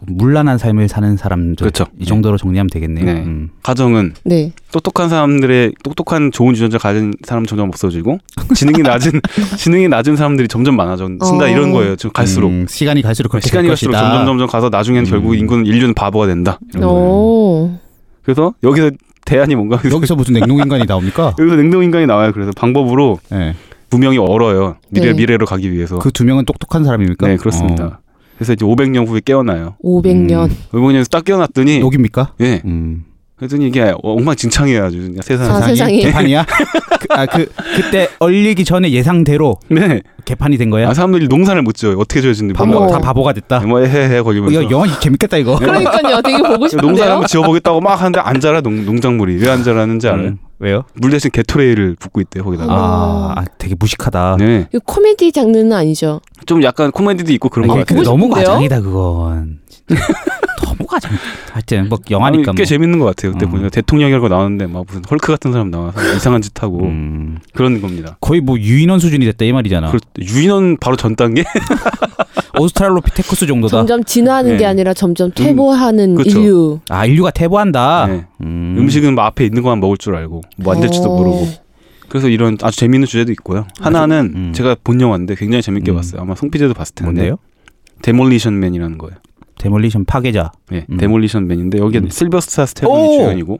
Speaker 3: 물란한 삶을 사는 사람들
Speaker 4: 그렇죠.
Speaker 3: 이 정도로 정리하면 되겠네요
Speaker 4: 네.
Speaker 3: 음.
Speaker 4: 가정은
Speaker 2: 네.
Speaker 4: 똑똑한 사람들의 똑똑한 좋은 유전자 가진 사람 점점 없어지고 지능이 낮은 지능이 낮은 사람들이 점점 많아진다
Speaker 2: 어.
Speaker 4: 이런 거예요. 좀 갈수록
Speaker 3: 음, 시간이 갈수록 그렇게
Speaker 4: 시간이
Speaker 3: 될
Speaker 4: 갈수록
Speaker 3: 것이다.
Speaker 4: 점점 점점 가서 나중엔 결국
Speaker 3: 음.
Speaker 4: 인구는 인류는 바보가 된다. 이런 거예요.
Speaker 2: 오.
Speaker 4: 그래서 여기서 대안이 뭔가 여기서,
Speaker 3: 여기서 무슨 냉동인간이 나옵니까?
Speaker 4: 여기서 냉동인간이 나와요. 그래서 방법으로
Speaker 3: 예.
Speaker 4: 분명히 얼어요. 미래
Speaker 2: 네.
Speaker 4: 미래로 가기 위해서.
Speaker 3: 그 두 명은 똑똑한 사람입니까? 어.
Speaker 4: 네 그렇습니다. 그래서 이제 500년 후에 깨어나요.
Speaker 2: 500년.
Speaker 3: 음.
Speaker 4: 500년에서 딱
Speaker 3: 어,
Speaker 4: 깨어났더니
Speaker 3: 여기입니까?
Speaker 4: 예.
Speaker 3: 음.
Speaker 4: 그랬더니 이게 엉망진창이에요 아주 그냥 세상에
Speaker 2: 아, 세상에.
Speaker 3: 개판이야? 그, 아, 그, 그때 얼리기 전에 예상대로
Speaker 4: 네.
Speaker 3: 개판이 된 거야?
Speaker 4: 아, 사람들이 농사를 못 지어요 어떻게 지어지는지
Speaker 3: 밥
Speaker 2: 어머.
Speaker 3: 먹-
Speaker 4: 몰라요
Speaker 3: 다 바보가 됐다.
Speaker 4: 뭐 해해 걸리면서
Speaker 3: 이거 영화 재밌겠다, 이거.
Speaker 4: 네.
Speaker 2: 그러니까요. 되게 보고
Speaker 4: 농사를
Speaker 2: 싶은데요.
Speaker 4: 한번 지어보겠다고 막 하는데 안 자라 농, 농작물이 왜 안 자라는지 알아요
Speaker 3: 음, 왜요?
Speaker 4: 물 대신 게토레이를 붓고
Speaker 2: 음.
Speaker 4: 있대요 거기다가
Speaker 3: 아, 아, 되게 무식하다.
Speaker 4: 네.
Speaker 2: 이거 코미디 장르는 아니죠.
Speaker 4: 좀 약간 코미디도 있고 그런
Speaker 3: 아,
Speaker 4: 거
Speaker 3: 이게
Speaker 4: 같아요
Speaker 3: 근데 너무
Speaker 2: 싶은데요?
Speaker 3: 과장이다, 그건. 진짜. 너무 과장. 하여튼, 뭐,
Speaker 4: 아니,
Speaker 3: 영화니까.
Speaker 4: 꽤
Speaker 3: 뭐.
Speaker 4: 재밌는 것 같아요 그때
Speaker 3: 어.
Speaker 4: 보니까 대통령 결과 나왔는데 막 무슨 헐크 같은 사람 나와서 이상한 짓 하고
Speaker 3: 음,
Speaker 4: 그런 겁니다
Speaker 3: 거의 뭐 유인원 수준이 됐다, 이 말이잖아.
Speaker 4: 그리고 유인원 바로 전 단계
Speaker 3: 오스트랄로피테쿠스 정도다.
Speaker 2: 점점 진화하는
Speaker 4: 네.
Speaker 2: 게 아니라 점점
Speaker 4: 좀-
Speaker 2: 퇴보하는
Speaker 4: 그쵸.
Speaker 2: 인류.
Speaker 3: 아, 인류가 태보한다.
Speaker 4: 네.
Speaker 3: 음.
Speaker 4: 음식은 막 앞에 있는 것만 먹을 줄 알고 뭐 안 될지도
Speaker 2: 어.
Speaker 4: 모르고 그래서 이런 아주 재미있는 주제도 있고요. 하나는
Speaker 3: 음.
Speaker 4: 제가 본 영화인데 굉장히 재밌게
Speaker 3: 음.
Speaker 4: 봤어요. 아마 송피디도 봤을 텐데.
Speaker 3: 뭔데요?
Speaker 4: 데몰리션 맨이라는 거예요.
Speaker 3: 데몰리션 파괴자.
Speaker 4: 예,
Speaker 3: 음.
Speaker 4: 데몰리션 맨인데 여기
Speaker 3: 음.
Speaker 4: 는 실버스타 스테론이
Speaker 3: 오!
Speaker 4: 주연이고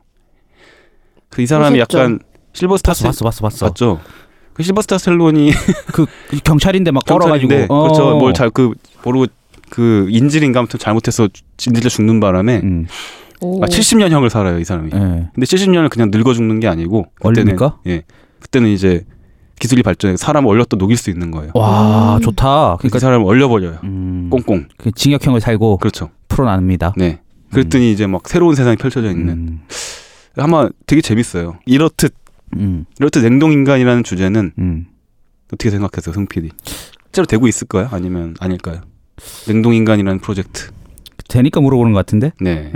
Speaker 4: 그 이 사람이
Speaker 2: 오셨죠?
Speaker 4: 약간 실버스타
Speaker 3: 봤어 봤어 봤어 봤어.
Speaker 4: 맞죠? 그 실버스타 스텔론이
Speaker 3: 그 경찰인데 막 걸어가지고
Speaker 4: 경찰인데 그렇죠. 뭘 잘 그 모르고 그 인질인가 아무튼 잘못해서 진질로 죽는 바람에
Speaker 3: 음.
Speaker 2: 오.
Speaker 4: 아 70년형을 살아요 이 사람이.
Speaker 3: 예.
Speaker 4: 근데 70년을 그냥 늙어 죽는 게 아니고 그때는
Speaker 3: 얼립니까?
Speaker 4: 예. 그때는 이제 기술이 발전해 사람 얼렸다 녹일 수 있는 거예요.
Speaker 3: 와
Speaker 2: 음.
Speaker 3: 좋다.
Speaker 4: 그러니까
Speaker 3: 그러니까
Speaker 4: 사람을 얼려버려요.
Speaker 3: 음,
Speaker 4: 꽁꽁.
Speaker 3: 그 징역형을 살고
Speaker 4: 그렇죠.
Speaker 3: 풀어납니다.
Speaker 4: 네. 그랬더니 이제 막 새로운 세상이 펼쳐져 있는
Speaker 3: 음.
Speaker 4: 아마 되게 재밌어요. 이렇듯
Speaker 3: 음.
Speaker 4: 이렇듯 냉동 인간이라는 주제는
Speaker 3: 음.
Speaker 4: 어떻게 생각하세요, 승 PD? 실제로 되고 있을까요? 아니면 아닐까요? 냉동 인간이라는 프로젝트.
Speaker 3: 되니까 물어보는 것 같은데.
Speaker 4: 네.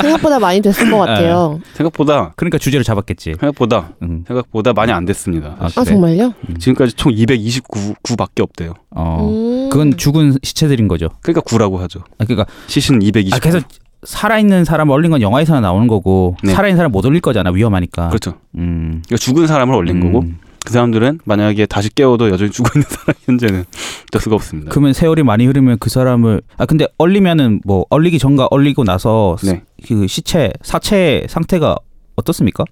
Speaker 2: 생각보다 많이 됐을
Speaker 4: 네.
Speaker 2: 것 같아요.
Speaker 4: 생각보다
Speaker 3: 그러니까 주제를 잡았겠지.
Speaker 4: 생각보다
Speaker 3: 음.
Speaker 4: 생각보다 많이 안 됐습니다.
Speaker 3: 아,
Speaker 2: 아
Speaker 3: 그래?
Speaker 2: 정말요?
Speaker 4: 지금까지 총 229구밖에 없대요.
Speaker 3: 어.
Speaker 2: 음.
Speaker 3: 그건 죽은 시체들인 거죠.
Speaker 4: 그러니까 9라고 하죠.
Speaker 3: 아, 그러니까
Speaker 4: 시신 229.
Speaker 3: 아, 그래서 살아있는 사람 얼린 건 영화에서나 나오는 거고
Speaker 4: 네.
Speaker 3: 살아있는 사람 못 올릴 거잖아 위험하니까.
Speaker 4: 그렇죠.
Speaker 3: 음.
Speaker 4: 그러니까 죽은 사람을 얼린
Speaker 3: 음.
Speaker 4: 거고 그 사람들은 만약에 다시 깨워도 여전히 죽어 있는 사람 현재는 어쩔 수가 없습니다.
Speaker 3: 그러면 세월이 많이 흐르면 그 사람을 아 근데 얼리면은 뭐 얼리기 전과 얼리고 나서
Speaker 4: 네.
Speaker 3: 그 시체 사체 상태가 어떻습니까?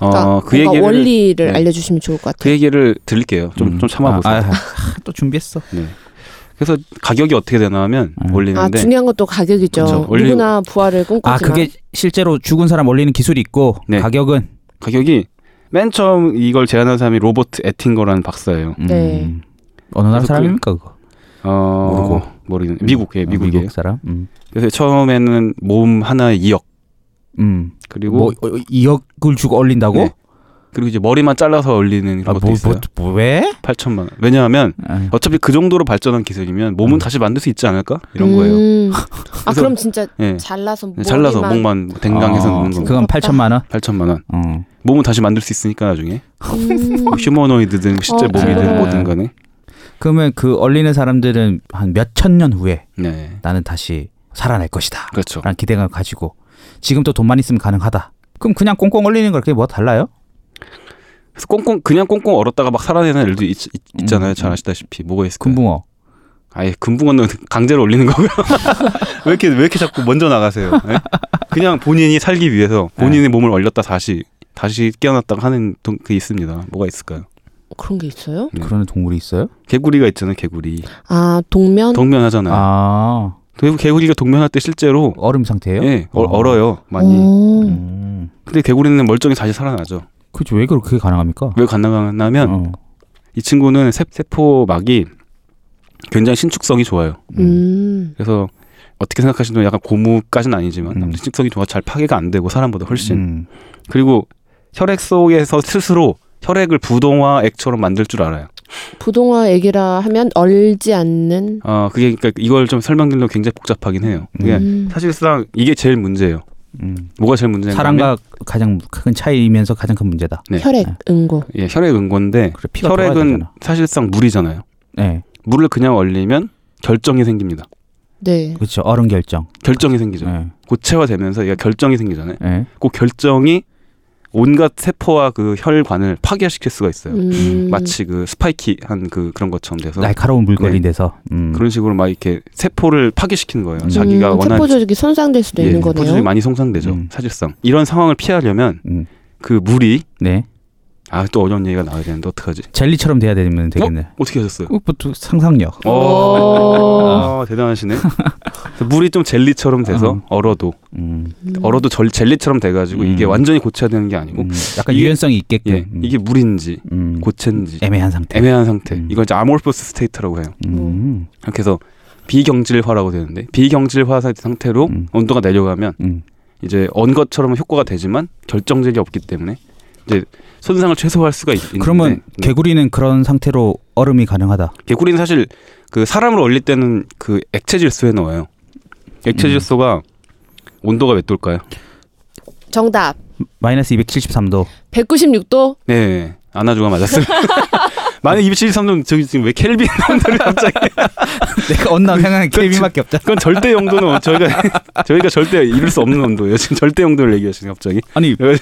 Speaker 4: 어, 그
Speaker 2: 그러니까 뭔가
Speaker 4: 얘기를
Speaker 2: 원리를
Speaker 4: 네.
Speaker 2: 알려주시면 좋을 것
Speaker 4: 그
Speaker 2: 같아요.
Speaker 4: 얘기를 드릴게요. 좀 좀
Speaker 3: 음.
Speaker 4: 참아보세요.
Speaker 3: 아, 아, 아, 또 준비했어.
Speaker 4: 네. 그래서 가격이 어떻게 되나 하면
Speaker 3: 음.
Speaker 2: 아
Speaker 4: 올리는데
Speaker 2: 중요한 것도 가격이죠.
Speaker 4: 그 그렇죠. 원리-
Speaker 2: 누구나 부활을 꿈꾸지만
Speaker 3: 아 그게 실제로 죽은 사람 올리는 기술이 있고
Speaker 4: 네.
Speaker 3: 가격은
Speaker 4: 가격이 맨 처음 이걸 제안한 사람이 로버트 애팅거라는 박사예요.
Speaker 3: 음,
Speaker 2: 네.
Speaker 3: 어느 나라
Speaker 4: 그래서
Speaker 3: 사람입니까 그거?
Speaker 4: 어,
Speaker 3: 모르고.
Speaker 4: 모르는 미국 예
Speaker 3: 아,
Speaker 4: 미국이에요.
Speaker 3: 미국 사람. 음.
Speaker 4: 그래서 처음에는 몸 하나에 2억
Speaker 3: 음.
Speaker 4: 그리고
Speaker 3: 뭐 2억을 주고 얼린다고?
Speaker 4: 네. 그리고 이제 머리만 잘라서 얼리는
Speaker 3: 아,
Speaker 4: 이런
Speaker 3: 뭐,
Speaker 4: 것도 있어요.
Speaker 3: 뭐, 뭐, 왜?
Speaker 4: 8천만 원. 왜냐하면
Speaker 3: 아,
Speaker 4: 어차피 그 정도로 발전한 기술이면 몸은
Speaker 3: 음.
Speaker 4: 다시 만들 수 있지 않을까 이런 거예요.
Speaker 2: 음. 아
Speaker 4: 그래서-
Speaker 2: 그럼 진짜
Speaker 4: 예.
Speaker 2: 잘라서 목만
Speaker 4: 잘라서 목만 댕강해서
Speaker 3: 아,
Speaker 4: 넣는 거.
Speaker 3: 그건 8천만 원.
Speaker 4: 8천만 원.
Speaker 3: 어.
Speaker 4: 몸은 다시 만들 수 있으니까 나중에 뭐
Speaker 2: 음.
Speaker 4: 휴머노이드든 실제
Speaker 2: 어,
Speaker 4: 몸이든
Speaker 3: 네.
Speaker 4: 뭐든 간에.
Speaker 3: 그러면 그 얼리는 사람들은 한 몇 천 년 후에
Speaker 4: 네.
Speaker 3: 나는 다시 살아날 것이다.
Speaker 4: 그렇죠.
Speaker 3: 라는 기대감을 가지고 지금 또 돈만 있으면 가능하다. 그럼 그냥 꽁꽁 얼리는 거랑 그게 뭐 달라요?
Speaker 4: 그래서 꽁꽁 그냥 꽁꽁 얼었다가 막 살아내는 일도 있, 잖아요잘 아시다시피 뭐가 있을까요?
Speaker 3: 금붕어.
Speaker 4: 아예 금붕어는 강제로 올리는 거고요. 왜 이렇게 왜 이렇게 자꾸 먼저 나가세요? 예? 그냥 본인이 살기 위해서 본인의 몸을 얼렸다 다시 다시 깨어났다가 하는 동- 그게 있습니다. 뭐가 있을까요?
Speaker 2: 그런 게 있어요?
Speaker 4: 네.
Speaker 3: 그런 동물이 있어요?
Speaker 4: 개구리가 있잖아요. 개구리
Speaker 2: 아 동면
Speaker 4: 동면하잖아요.
Speaker 3: 아
Speaker 4: 도- 개구리가 동면할 때 실제로
Speaker 3: 얼음 상태예요?
Speaker 4: 예 얼,
Speaker 3: 어.
Speaker 4: 얼어요 많이.
Speaker 2: 오.
Speaker 3: 음.
Speaker 4: 근데 개구리는 멀쩡히 다시 살아나죠.
Speaker 3: 그치 왜 그렇게 가능합니까?
Speaker 4: 왜 가능하냐면
Speaker 3: 어.
Speaker 4: 이 친구는 세, 세포막이 굉장히 신축성이 좋아요.
Speaker 2: 음.
Speaker 4: 그래서 어떻게 생각하시든 약간 고무까지는 아니지만
Speaker 3: 음.
Speaker 4: 신축성이 좋아 잘 파괴가 안 되고 사람보다 훨씬
Speaker 3: 음.
Speaker 4: 그리고 혈액 속에서 스스로 혈액을 부동화 액처럼 만들 줄 알아요.
Speaker 2: 부동화 얘기라 하면 얼지 않는
Speaker 4: 아 그게 그러니까 이걸 좀 설명드리면 굉장히 복잡하긴 해요. 그게
Speaker 2: 음.
Speaker 4: 사실상 이게 제일 문제예요.
Speaker 3: 음.
Speaker 4: 뭐가 제일 문제냐면
Speaker 3: 사람과 가장 큰 차이이면서 가장 큰 문제다.
Speaker 4: 네.
Speaker 2: 혈액 응고
Speaker 4: 예, 혈액 응고인데
Speaker 3: 그래 피가 돌아야
Speaker 4: 혈액은
Speaker 3: 되잖아.
Speaker 4: 사실상 물이잖아요.
Speaker 3: 네,
Speaker 4: 물을 그냥 얼리면 결정이 생깁니다.
Speaker 2: 네
Speaker 3: 그렇죠. 얼음 결정.
Speaker 4: 결정이 생기죠.
Speaker 3: 네.
Speaker 4: 고체화되면서 얘가 결정이 생기잖아요.
Speaker 3: 네.
Speaker 4: 그 결정이 온갖 세포와 그 혈관을 파괴시킬 수가 있어요.
Speaker 2: 음.
Speaker 4: 마치 그 스파이키한 그 그런 것처럼 돼서
Speaker 3: 날카로운 물건이 돼서. 음.
Speaker 4: 네. 그런 식으로 막 이렇게 세포를 파괴시키는 거예요.
Speaker 3: 음.
Speaker 4: 자기가
Speaker 2: 음,
Speaker 4: 원하는
Speaker 2: 세포 조직이 손상될 수도
Speaker 4: 예,
Speaker 2: 있는
Speaker 4: 포도주이
Speaker 2: 거네요.
Speaker 4: 많이 손상되죠.
Speaker 3: 음.
Speaker 4: 사실상 이런 상황을 피하려면
Speaker 3: 음.
Speaker 4: 그 물이
Speaker 3: 네.
Speaker 4: 아 또 어려운 얘기가 나와야 되는데 어떡하지?
Speaker 3: 젤리처럼 돼야 되면 되겠네.
Speaker 4: 어떻게 하셨어요?
Speaker 3: 어? 또 상상력.
Speaker 2: 오.
Speaker 4: 아, 대단하시네. 그래서 물이 좀 젤리처럼 돼서
Speaker 3: 음.
Speaker 4: 얼어도
Speaker 3: 음.
Speaker 4: 얼어도 절, 젤리처럼 돼가지고 이게
Speaker 3: 음.
Speaker 4: 완전히 고쳐야되는 게 아니고
Speaker 3: 음, 약간
Speaker 4: 이게-
Speaker 3: 유연성이 있게끔.
Speaker 4: 예
Speaker 3: 음.
Speaker 4: 이게 물인지
Speaker 3: 음.
Speaker 4: 고체인지
Speaker 3: 애매한 상태.
Speaker 4: 애매한 상태.
Speaker 3: 음.
Speaker 4: 이걸 이제 아몰포스 스테이트라고 해요.
Speaker 3: 음.
Speaker 4: 이렇게 해서 비경질화라고 되는데 비경질화 사- 상태로
Speaker 3: 음.
Speaker 4: 온도가 내려가면
Speaker 3: 음.
Speaker 4: 이제 언 것처럼 효과가 되지만 결정적이 없기 때문에 이제 손상을 최소화할 수가 있, 있는데
Speaker 3: 그러면
Speaker 4: 네.
Speaker 3: 개구리는 그런 상태로 얼음이 가능하다.
Speaker 4: 개구리는 사실 그 사람을 얼릴 때는 그 액체 질소에 넣어요. 액체
Speaker 3: 음.
Speaker 4: 질소가 온도가 몇 도일까요?
Speaker 2: 정답
Speaker 3: 마이너스 273도.
Speaker 2: 196도
Speaker 4: 네, 아나주가 맞았어요. 만약 273도 저기 지금 왜 켈빈 온도를 갑자기?
Speaker 3: 내가 언남 생각하는
Speaker 4: 그렇죠.
Speaker 3: 케빈밖에 없잖아.
Speaker 4: 그건 절대 영도는 저희가 저희가 절대 이룰 수 없는 온도예요. 지금 절대 영도를 얘기하시는 갑자기.
Speaker 3: 아니,
Speaker 4: 왜- 네.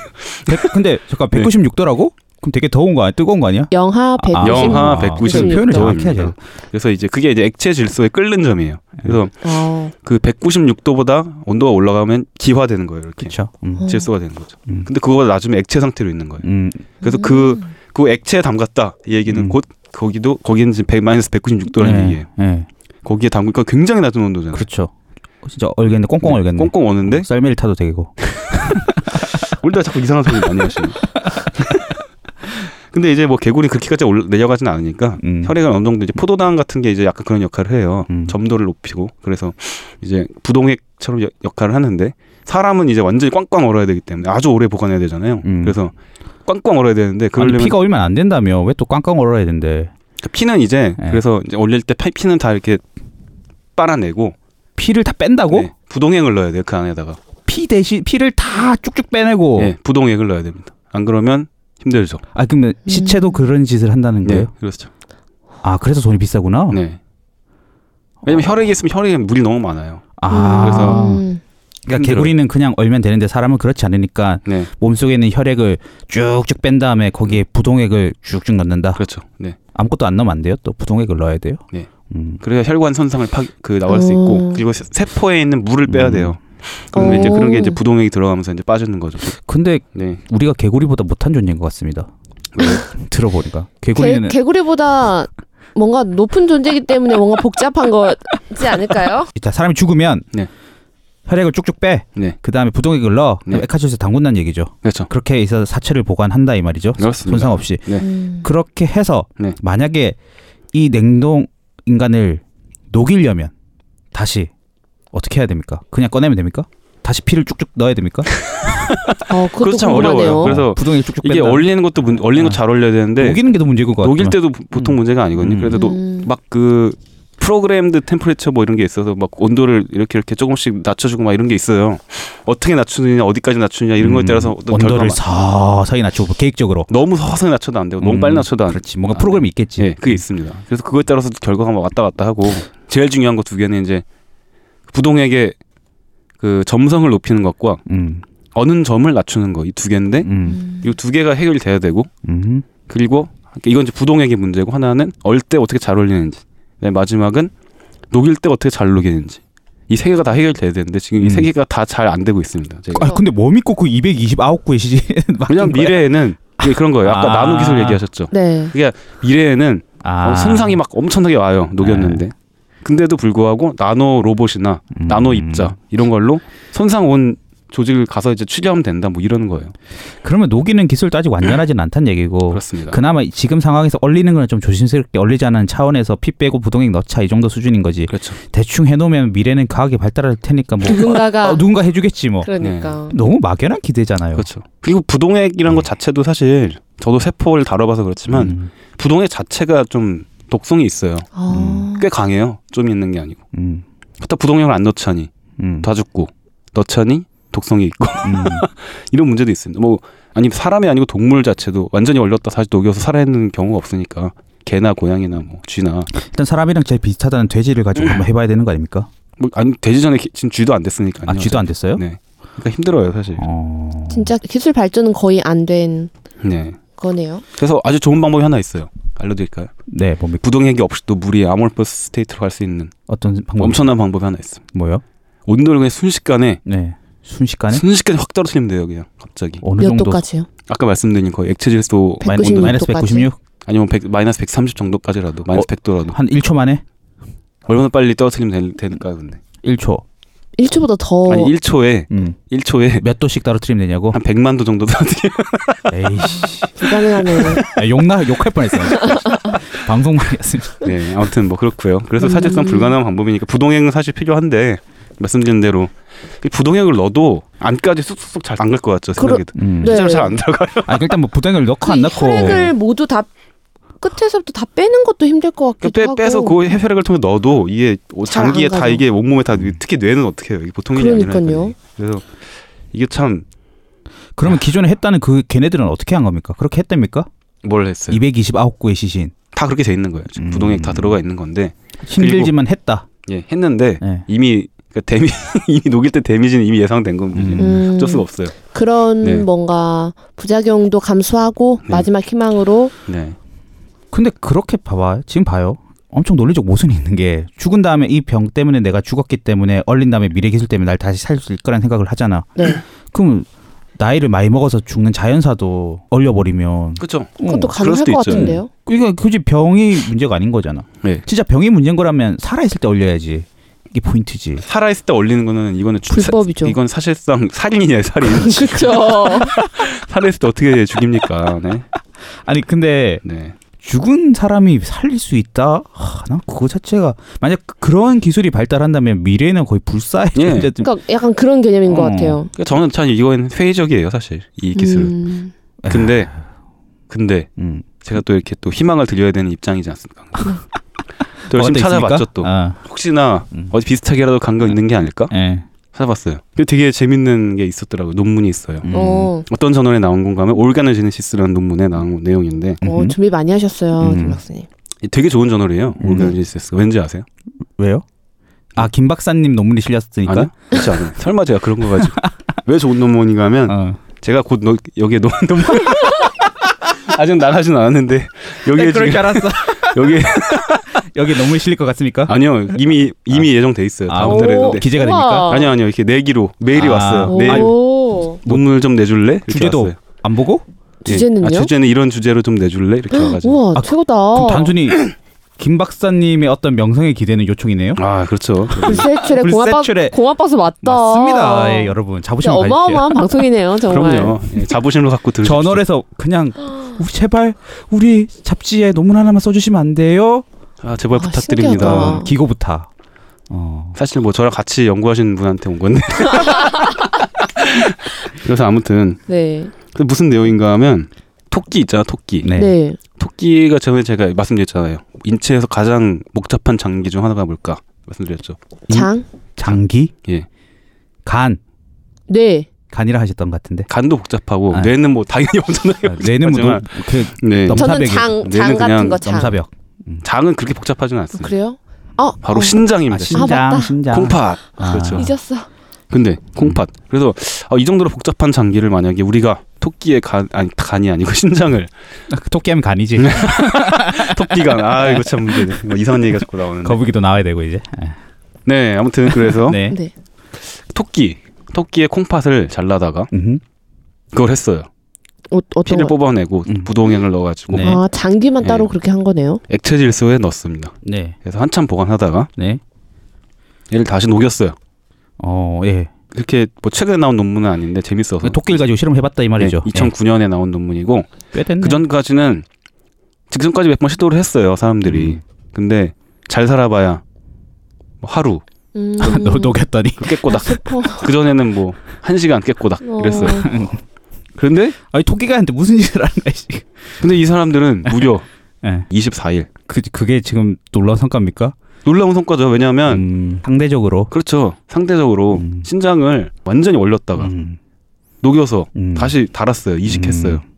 Speaker 3: 백- 근데 잠깐 196도라고? 그럼 되게 더운 거 아니야? 뜨거운 거
Speaker 4: 예.
Speaker 3: 아니야?
Speaker 2: 영하 150.
Speaker 4: 영하
Speaker 3: 아,
Speaker 4: 190.
Speaker 3: 표현을 정확히
Speaker 4: 정도입니다.
Speaker 3: 하죠.
Speaker 4: 그래서 이제 그게 이제 액체 질소의 끓는 점이에요. 그래서
Speaker 2: 어.
Speaker 4: 그 196도보다 온도가 올라가면 기화되는 거예요. 이렇게 어.
Speaker 3: 그렇죠. 음.
Speaker 2: 음.
Speaker 4: 질소가 되는 거죠.
Speaker 3: 음.
Speaker 4: 근데 그거가 나중에 액체 상태로 있는 거예요.
Speaker 3: 음.
Speaker 4: 그래서 그, 그 액체에 담갔다 이 얘기는
Speaker 3: 음.
Speaker 4: 곧 거기도 거기는 지금 100 마이너스 196도라는
Speaker 3: 예,
Speaker 4: 얘기예요.
Speaker 3: 예.
Speaker 4: 거기에 담그니까 굉장히 낮은 온도잖아요.
Speaker 3: 그렇죠. 진짜 얼겠네. 꽁꽁
Speaker 4: 네,
Speaker 3: 얼겠네.
Speaker 4: 꽁꽁 오는데
Speaker 3: 썰매를 타도 되고. 그렇죠.
Speaker 4: 올다 자꾸 이상한 소리 많이 하시네. 근데 이제 뭐 개구리 그렇게까지 올- 내려가진 않으니까
Speaker 3: 음.
Speaker 4: 혈액은 어느 정도 이제 포도당 같은 게 이제 약간 그런 역할을 해요.
Speaker 3: 음.
Speaker 4: 점도를 높이고 그래서 이제 부동액처럼 여- 역할을 하는데 사람은 이제 완전히 꽝꽝 얼어야 되기 때문에 아주 오래 보관해야 되잖아요.
Speaker 3: 음.
Speaker 4: 그래서 꽝꽝 얼어야 되는데
Speaker 3: 아니,
Speaker 4: 그러려면
Speaker 3: 피가 얼면 안 된다며. 왜 또 꽝꽝 얼어야 된대.
Speaker 4: 피는 이제
Speaker 3: 네.
Speaker 4: 그래서 이제 올릴 때 피- 피는 다 이렇게 빨아내고
Speaker 3: 피를 다 뺀다고?
Speaker 4: 네, 부동액을 넣어야 돼요 그 안에다가
Speaker 3: 피 대신 피를 다 쭉쭉 빼내고.
Speaker 4: 네, 부동액을 넣어야 됩니다. 안 그러면 힘들죠.
Speaker 3: 아 그러면 시체도 그런 짓을 한다는
Speaker 4: 네,
Speaker 3: 거예요?
Speaker 4: 그렇죠.
Speaker 3: 아 그래서 돈이 비싸구나.
Speaker 4: 네. 왜냐면 혈액이 있으면 혈액에 물이 너무 많아요.
Speaker 3: 아
Speaker 4: 그래서
Speaker 2: 음.
Speaker 3: 그러니까
Speaker 4: 힘들어요.
Speaker 3: 개구리는 그냥 얼면 되는데 사람은 그렇지 않으니까
Speaker 4: 네,
Speaker 3: 몸 속에 있는 혈액을 쭉쭉 뺀 다음에 거기에 부동액을 쭉쭉 넣는다.
Speaker 4: 그렇죠. 네,
Speaker 3: 아무것도 안 넣으면 안 돼요. 또 부동액을 넣어야 돼요.
Speaker 4: 네.
Speaker 3: 음.
Speaker 4: 그래야 혈관 손상을 파, 그 나올 수 있고
Speaker 2: 어.
Speaker 4: 그리고 세- 세포에 있는 물을 빼야
Speaker 3: 음.
Speaker 4: 돼요. 그런데 이제
Speaker 2: 어.
Speaker 4: 그런 게 이제 부동액이 들어가면서 이제 빠지는 거죠.
Speaker 3: 근데
Speaker 4: 네,
Speaker 3: 우리가 개구리보다 못한 존재인 것 같습니다. 들어보니까 개구리는
Speaker 2: 개, 구리보다 뭔가 높은 존재이기 때문에 뭔가 복잡한 거지 않을까요?
Speaker 3: 일단 사람이 죽으면
Speaker 4: 네.
Speaker 3: 혈액을 쭉쭉 빼.
Speaker 4: 네,
Speaker 3: 그 다음에 부동액을 넣어.
Speaker 4: 네.
Speaker 3: 에카시스에 담근다는 얘기죠.
Speaker 4: 그렇죠.
Speaker 3: 그렇게 해서 사체를 보관한다 이 말이죠.
Speaker 4: 그렇습니다.
Speaker 3: 손상 없이.
Speaker 2: 음.
Speaker 3: 그렇게 해서
Speaker 4: 네.
Speaker 3: 만약에 이 냉동 인간을 녹이려면 다시 어떻게 해야 됩니까? 그냥 꺼내면 됩니까? 다시 피를 쭉쭉 넣어야 됩니까?
Speaker 2: 어,
Speaker 4: 그것도
Speaker 2: 그것도
Speaker 4: 참
Speaker 2: 궁금하네요.
Speaker 4: 어려워요. 그래서
Speaker 3: 부동액 쭉쭉
Speaker 4: 이게
Speaker 3: 뺀다.
Speaker 4: 얼리는 것도 문, 얼리는
Speaker 3: 아.
Speaker 4: 거 잘 얼려야 되는데
Speaker 3: 녹이는 게 더 문제인 것 같아요.
Speaker 4: 녹일 때도 부- 보통
Speaker 3: 음.
Speaker 4: 문제가 아니거든요.
Speaker 3: 음.
Speaker 4: 그래서
Speaker 2: 음.
Speaker 4: 막 그 프로그램드 템퍼레처 뭐 이런 게 있어서 막 온도를 이렇게 이렇게 조금씩 낮춰주고 막 이런 게 있어요. 어떻게 낮추느냐, 어디까지 낮추느냐 이런 거에 따라서 어떤 결과가
Speaker 3: 온도를 서서히 음. 낮추고 계획적으로.
Speaker 4: 너무 서서히 낮춰도 안 되고 너무
Speaker 3: 음,
Speaker 4: 빨리 낮춰도 안 되고
Speaker 3: 그렇지. 뭔가
Speaker 4: 아,
Speaker 3: 프로그램이 있겠지.
Speaker 4: 예, 그게 있습니다. 그래서 그거에 따라서 결과가 막 왔다 갔다 하고 제일 중요한 거 두 개는 이제 부동액의 그 점성을 높이는 것과
Speaker 3: 음,
Speaker 4: 어느 점을 낮추는 거 이 두 개인데
Speaker 3: 음,
Speaker 2: 음.
Speaker 4: 이 두 개가 해결돼야 되고
Speaker 3: 음.
Speaker 4: 그리고 그러니까 이건 이제 부동액의 문제고 하나는 얼 때 어떻게 잘 얼리는지 그다음에 마지막은 녹일 때 어떻게 잘 녹이는지 이 세 개가 다 해결돼야 되는데 지금 이 세
Speaker 3: 음.
Speaker 4: 개가 다 잘 안 되고 있습니다. 제가.
Speaker 3: 아 근데 뭐 믿고 그 229구의 시즌
Speaker 4: 왜냐면 미래에는 이게 그런 거예요. 아까
Speaker 3: 아.
Speaker 4: 나노 기술 얘기하셨죠.
Speaker 2: 네.
Speaker 4: 미래에는
Speaker 3: 아, 네.
Speaker 4: 어, 손상이 막 엄청나게 와요 녹였는데 근데도 불구하고 나노 로봇이나
Speaker 3: 음.
Speaker 4: 나노 입자 이런 걸로 손상 온 조직을 가서 이제 치료하면 된다 뭐 이러는 거예요
Speaker 3: 그러면 녹이는 기술도 아직 완전하진 않다는 얘기고
Speaker 4: 그렇습니다
Speaker 3: 그나마 지금 상황에서 얼리는 거는 좀 조심스럽게 얼리지 않은 차원에서 피 빼고 부동액 넣자 이 정도 수준인 거지
Speaker 4: 그렇죠
Speaker 3: 대충 해놓으면 미래는 과학이 발달할 테니까 뭐
Speaker 2: 누군가가
Speaker 3: 어, 누군가 해주겠지 뭐
Speaker 2: 그러니까.
Speaker 3: 너무 막연한 기대잖아요.
Speaker 4: 그렇죠 그리고 부동액이란 것 자체도 사실 저도 세포를 다뤄봐서 그렇지만
Speaker 3: 네. 음,
Speaker 4: 부동액 자체가 좀 독성이 있어요
Speaker 2: 아.
Speaker 3: 음.
Speaker 4: 꽤 강해요 좀 있는 게 아니고
Speaker 3: 음,
Speaker 4: 그렇다 부동액을 안 넣자니
Speaker 3: 음,
Speaker 4: 다 죽고 넣자니 독성이 있고
Speaker 3: 음.
Speaker 4: 이런 문제도 있습니다. 뭐 아니 사람이 아니고 동물 자체도 완전히 얼렸다 다시 녹여서 살아있는 경우가 없으니까 개나 고양이나 뭐 쥐나
Speaker 3: 일단 사람이랑 제일 비슷하다는 돼지를 가지고 한번 해봐야 되는 거 아닙니까?
Speaker 4: 뭐 아니 돼지 전에 기- 지금 쥐도 안 됐으니까
Speaker 3: 아 쥐도 안 됐어요?
Speaker 4: 네. 그러니까 힘들어요 사실.
Speaker 3: 어...
Speaker 2: 진짜 기술 발전은 거의 안 된
Speaker 4: 네.
Speaker 2: 거네요.
Speaker 4: 그래서 아주 좋은 방법이 하나 있어요. 알려드릴까요?
Speaker 3: 네, 뭐
Speaker 4: 부동액이 없이도 물이 아몰퍼스 스테이트로 갈 수 있는
Speaker 3: 어떤 방법
Speaker 4: 엄청난 방법이 하나 있어요.
Speaker 3: 뭐요?
Speaker 4: 온도를 그냥 순식간에
Speaker 3: 네, 순식간에
Speaker 4: 순식간에 확 떨어뜨리면 돼요 그냥 갑자기.
Speaker 3: 어느
Speaker 2: 몇
Speaker 3: 정도
Speaker 2: 도까지요?
Speaker 4: 아까 말씀드린 거의 액체 질소
Speaker 2: 백-
Speaker 3: 마이너스- 마이너스
Speaker 2: 196
Speaker 3: 196?
Speaker 4: 아니면 100, 마이너스 130 정도까지라도
Speaker 3: 어.
Speaker 4: 마이너스 100도라도
Speaker 3: 한 1초 만에?
Speaker 4: 얼마나 빨리 떨어뜨리면 되, 될까요 근데?
Speaker 3: 1초.
Speaker 2: 1초보다
Speaker 3: 어.
Speaker 2: 더
Speaker 4: 아니 1초에
Speaker 3: 음.
Speaker 4: 1초에
Speaker 3: 몇 도씩 떨어뜨리면 되냐고?
Speaker 4: 한 100만 도 정도 떨어뜨려.
Speaker 3: 에이씨.
Speaker 2: 불가능하네요.
Speaker 3: 야, 욕나 욕할 뻔했어요. 방송만이었습니다.
Speaker 4: 네, 아무튼 뭐 그렇고요. 그래서 사실상
Speaker 2: 음.
Speaker 4: 불가능한 방법이니까 부동액은 사실 필요한데 말씀드린 대로 이 부동액을 넣어도 안까지 쑥쑥쑥 잘 안 갈 것 같죠
Speaker 2: 그러-
Speaker 4: 생각이.
Speaker 3: 음.
Speaker 2: 네. 그
Speaker 4: 실제로 잘안 들어가요.
Speaker 3: 아, 일단 뭐 부당을 넣고 안 넣고.
Speaker 2: 혈액을 모두 다 끝에서부터 다 빼는 것도 힘들 것 같기도
Speaker 4: 빼,
Speaker 2: 하고.
Speaker 4: 빼서 그 혈액을 통해 넣어도 이게 오-
Speaker 2: 잘안
Speaker 4: 장기에 다
Speaker 2: 가죠.
Speaker 4: 이게 온몸에 다 특히 뇌는 어떻게 해요? 이게 보통 일이
Speaker 2: 그러니까요.
Speaker 4: 아니라니까요. 그래서 이게 참 뭘
Speaker 3: 그러면 기존에 했다는 그 걔네들은 어떻게 한 겁니까? 그렇게 했답니까?
Speaker 4: 했어요.
Speaker 3: 229구의 시신.
Speaker 4: 다 그렇게 돼 있는 거예요. 지금
Speaker 3: 음.
Speaker 4: 부동액 다 들어가 있는 건데
Speaker 3: 힘들지만 했다.
Speaker 4: 예, 했는데
Speaker 3: 예.
Speaker 4: 이미 그러니까 데미 이미 녹일 때 데미지는 이미 예상된 건 문제.
Speaker 3: 음.
Speaker 4: 어쩔 수가 없어요.
Speaker 2: 그런
Speaker 4: 네.
Speaker 2: 뭔가 부작용도 감수하고
Speaker 4: 네.
Speaker 2: 마지막 희망으로
Speaker 4: 네.
Speaker 3: 근데 그렇게 봐봐. 지금 봐요. 엄청 논리적 모순이 있는 게 죽은 다음에 이 병 때문에 내가 죽었기 때문에 얼린 다음에 미래 기술 때문에 날 다시 살 수 있을 거라는 생각을 하잖아.
Speaker 2: 네.
Speaker 3: 그럼 나이를 많이 먹어서 죽는 자연사도 얼려버리면
Speaker 4: 그렇죠.
Speaker 2: 그것도
Speaker 3: 어,
Speaker 4: 그럴
Speaker 2: 가능할
Speaker 4: 수도
Speaker 2: 것
Speaker 4: 있죠.
Speaker 2: 같은데요.
Speaker 3: 그러니까 굳이 병이 문제가 아닌 거잖아.
Speaker 4: 네.
Speaker 3: 진짜 병이 문제인 거라면 살아있을 때 올려야지. 이게 포인트지.
Speaker 4: 살아있을 때 얼리는 거는 이거는 주- 사-
Speaker 2: 불법이죠.
Speaker 4: 이건 사실상 살인이에요, 살인.
Speaker 2: 그렇죠.
Speaker 4: 살아있을 때 어떻게 죽입니까? 네.
Speaker 3: 아니 근데
Speaker 4: 네.
Speaker 3: 죽은 사람이 살릴 수 있다? 하, 난 그거 자체가 만약 그런 기술이 발달한다면 미래는 거의
Speaker 4: 예.
Speaker 3: 불사의 존재든
Speaker 2: 그러니까 약간 그런 개념인 것
Speaker 3: 어.
Speaker 2: 같아요.
Speaker 4: 그러니까 저는 참 이건 회의적이에요, 사실. 이 기술은.
Speaker 2: 음,
Speaker 4: 근데
Speaker 3: 아.
Speaker 4: 근데
Speaker 3: 음.
Speaker 4: 제가 또 이렇게 또 희망을 드려야 되는 입장이지
Speaker 2: 네.
Speaker 4: 않습니까? 또
Speaker 3: 뭐가
Speaker 4: 열심히
Speaker 3: 있습니까?
Speaker 4: 찾아봤죠 또 어?
Speaker 3: 아,
Speaker 4: 혹시나
Speaker 3: 음.
Speaker 4: 어디 비슷하게라도 간거 있는 게 아닐까
Speaker 3: 예.
Speaker 4: 찾아봤어요. 근데 되게 재밌는 게 있었더라고요. 논문이 있어요.
Speaker 3: 음.
Speaker 2: 어,
Speaker 4: 어떤 저널에 나온 건가 하면 올가노제네시스라는 논문에 나온 내용인데
Speaker 2: 어,
Speaker 3: 음.
Speaker 2: 준비 많이 하셨어요,
Speaker 3: 음.
Speaker 2: 김 박사님.
Speaker 4: 되게 좋은 저널이에요.
Speaker 3: 음.
Speaker 4: 올가노제네시스 왠지 아세요?
Speaker 3: 왜요? 아, 김 박사님 논문이 실렸으니까.
Speaker 4: 아니요? 그렇지 않아요. 아. 설마 제가 그런 거 가지고 왜 좋은 논문인가 하면
Speaker 3: 어.
Speaker 4: 제가 곧 너- 여기에 논 논문 아직 나가진 않았는데
Speaker 2: 네,
Speaker 4: 여기에 지금
Speaker 3: 그럴 줄 알았어.
Speaker 4: 여기에
Speaker 3: 여기 논문 실릴 것 같습니까?
Speaker 4: 아니요 이미 이미 예정돼 있어요.
Speaker 3: 아,
Speaker 4: 다음
Speaker 3: 오.
Speaker 4: 달에 했는데
Speaker 3: 기재가
Speaker 2: 우와.
Speaker 3: 됩니까?
Speaker 4: 아니요 아니요 이렇게 내기로 메일이
Speaker 3: 아.
Speaker 4: 왔어요. 내일
Speaker 2: 오,
Speaker 4: 논문을 좀 내줄래? 이렇게
Speaker 3: 주제도
Speaker 4: 왔어요.
Speaker 3: 안 보고?
Speaker 4: 예.
Speaker 2: 주제는요?
Speaker 4: 아, 주제는 이런 주제로 좀 내줄래? 이렇게 와가지고
Speaker 2: 우와,
Speaker 3: 아, 그-
Speaker 2: 최고다.
Speaker 3: 그럼 단순히 김 박사님의 어떤 명성에 기대는 요청이네요.
Speaker 4: 아 그렇죠.
Speaker 2: 불세출의
Speaker 3: 불세출의-
Speaker 2: 공합박 공합박스 맞다.
Speaker 3: 맞습니다. 예, 여러분
Speaker 2: 진짜
Speaker 3: 자부심 가지세요.
Speaker 2: 어마어마한 방송이네요, 정말.
Speaker 4: 그럼요. 예, 자부심을 갖고 들으십시오.
Speaker 3: 저널에서 그냥 우, 제발 우리 잡지에 논문 하나만 써주시면 안 돼요?
Speaker 4: 아 제발
Speaker 2: 아,
Speaker 4: 부탁드립니다.
Speaker 2: 신기하다.
Speaker 3: 기고부터. 어.
Speaker 4: 사실 뭐 저랑 같이 연구하시는 분한테 온 건데. 그래서 아무튼
Speaker 2: 네,
Speaker 4: 그 무슨 내용인가 하면 토끼 있잖아 토끼.
Speaker 3: 네.
Speaker 2: 네,
Speaker 4: 토끼가 전에 제가 말씀드렸잖아요. 인체에서 가장 복잡한 장기 중 하나가 뭘까 말씀드렸죠.
Speaker 2: 장,
Speaker 3: 장기?
Speaker 4: 예.
Speaker 3: 간.
Speaker 2: 네,
Speaker 3: 간이라 하셨던 것 같은데.
Speaker 4: 간도 복잡하고
Speaker 3: 아.
Speaker 4: 뇌는 뭐 당연히 엄청나게
Speaker 3: 아, 뇌는 뭐
Speaker 4: 복잡하지만
Speaker 3: 노, 그
Speaker 4: 네.
Speaker 3: 넘-
Speaker 2: 저는
Speaker 3: 넘사벽이-
Speaker 2: 장,
Speaker 4: 얘는
Speaker 2: 장
Speaker 4: 그냥
Speaker 2: 같은 거 어, 장.
Speaker 3: 넘사벽.
Speaker 4: 장은 그렇게 복잡하지는
Speaker 2: 어,
Speaker 4: 않습니다.
Speaker 2: 그래요? 어,
Speaker 4: 바로
Speaker 2: 어,
Speaker 3: 아,
Speaker 4: 신장입니다. 신-
Speaker 3: 신장,
Speaker 2: 맞다.
Speaker 3: 신장.
Speaker 4: 콩팥.
Speaker 3: 아.
Speaker 4: 그렇죠.
Speaker 2: 잊었어.
Speaker 4: 근데 콩팥. 그래서 아, 이 정도로 복잡한 장기를 만약에 우리가 토끼의 간 아니 간이 아니고 신장을
Speaker 3: 아, 그 토끼하면 간이지.
Speaker 4: 토끼간 아 이거 참 문제네. 뭐 이상한 얘기가 자꾸 나오는데.
Speaker 3: 거북이도 나와야 되고 이제.
Speaker 4: 네 아무튼 그래서
Speaker 3: 네.
Speaker 2: 네,
Speaker 4: 토끼 토끼의 콩팥을 잘라다가
Speaker 3: 음.
Speaker 4: 그걸 했어요.
Speaker 2: 어, 어떤
Speaker 4: 피를
Speaker 2: 거?
Speaker 4: 뽑아내고
Speaker 3: 음.
Speaker 4: 부동액을 넣어가지고
Speaker 3: 네.
Speaker 2: 아, 장기만
Speaker 4: 네.
Speaker 2: 따로 그렇게 한 거네요.
Speaker 4: 액체 질소에 넣었습니다.
Speaker 3: 네.
Speaker 4: 그래서 한참 보관하다가
Speaker 3: 네.
Speaker 4: 얘를 다시 녹였어요.
Speaker 3: 어, 예.
Speaker 4: 이렇게 뭐 최근에 나온 논문은 아닌데 재밌어서
Speaker 3: 토끼를 가지고 실험해 봤다 이그 말이죠.
Speaker 4: 네, 2009년에 나온 논문이고
Speaker 3: 예. 꽤 됐네.
Speaker 4: 그 전까지는 직전까지 몇 번 시도를 했어요 사람들이.
Speaker 3: 음.
Speaker 4: 근데 잘 살아봐야 뭐 하루
Speaker 2: 음,
Speaker 3: 너 아, 녹였더니
Speaker 4: 그 깨꼬닥.
Speaker 2: 슬퍼.
Speaker 4: 그 전에는 뭐 한 시간 깨꼬닥
Speaker 2: 어.
Speaker 4: 이랬어요. 그런데
Speaker 3: 아니 토끼가 한테 무슨 짓을 하는 거야, 지금.
Speaker 4: 근데 이 사람들은 무려
Speaker 3: 예.
Speaker 4: 24일
Speaker 3: 그 그게 지금 놀라운 성과입니까?
Speaker 4: 놀라운 성과죠. 왜냐하면
Speaker 3: 음, 상대적으로
Speaker 4: 그렇죠 상대적으로
Speaker 3: 음.
Speaker 4: 신장을 완전히 얼렸다가
Speaker 3: 음,
Speaker 4: 녹여서
Speaker 3: 음.
Speaker 4: 다시 달았어요. 이식했어요.
Speaker 3: 음,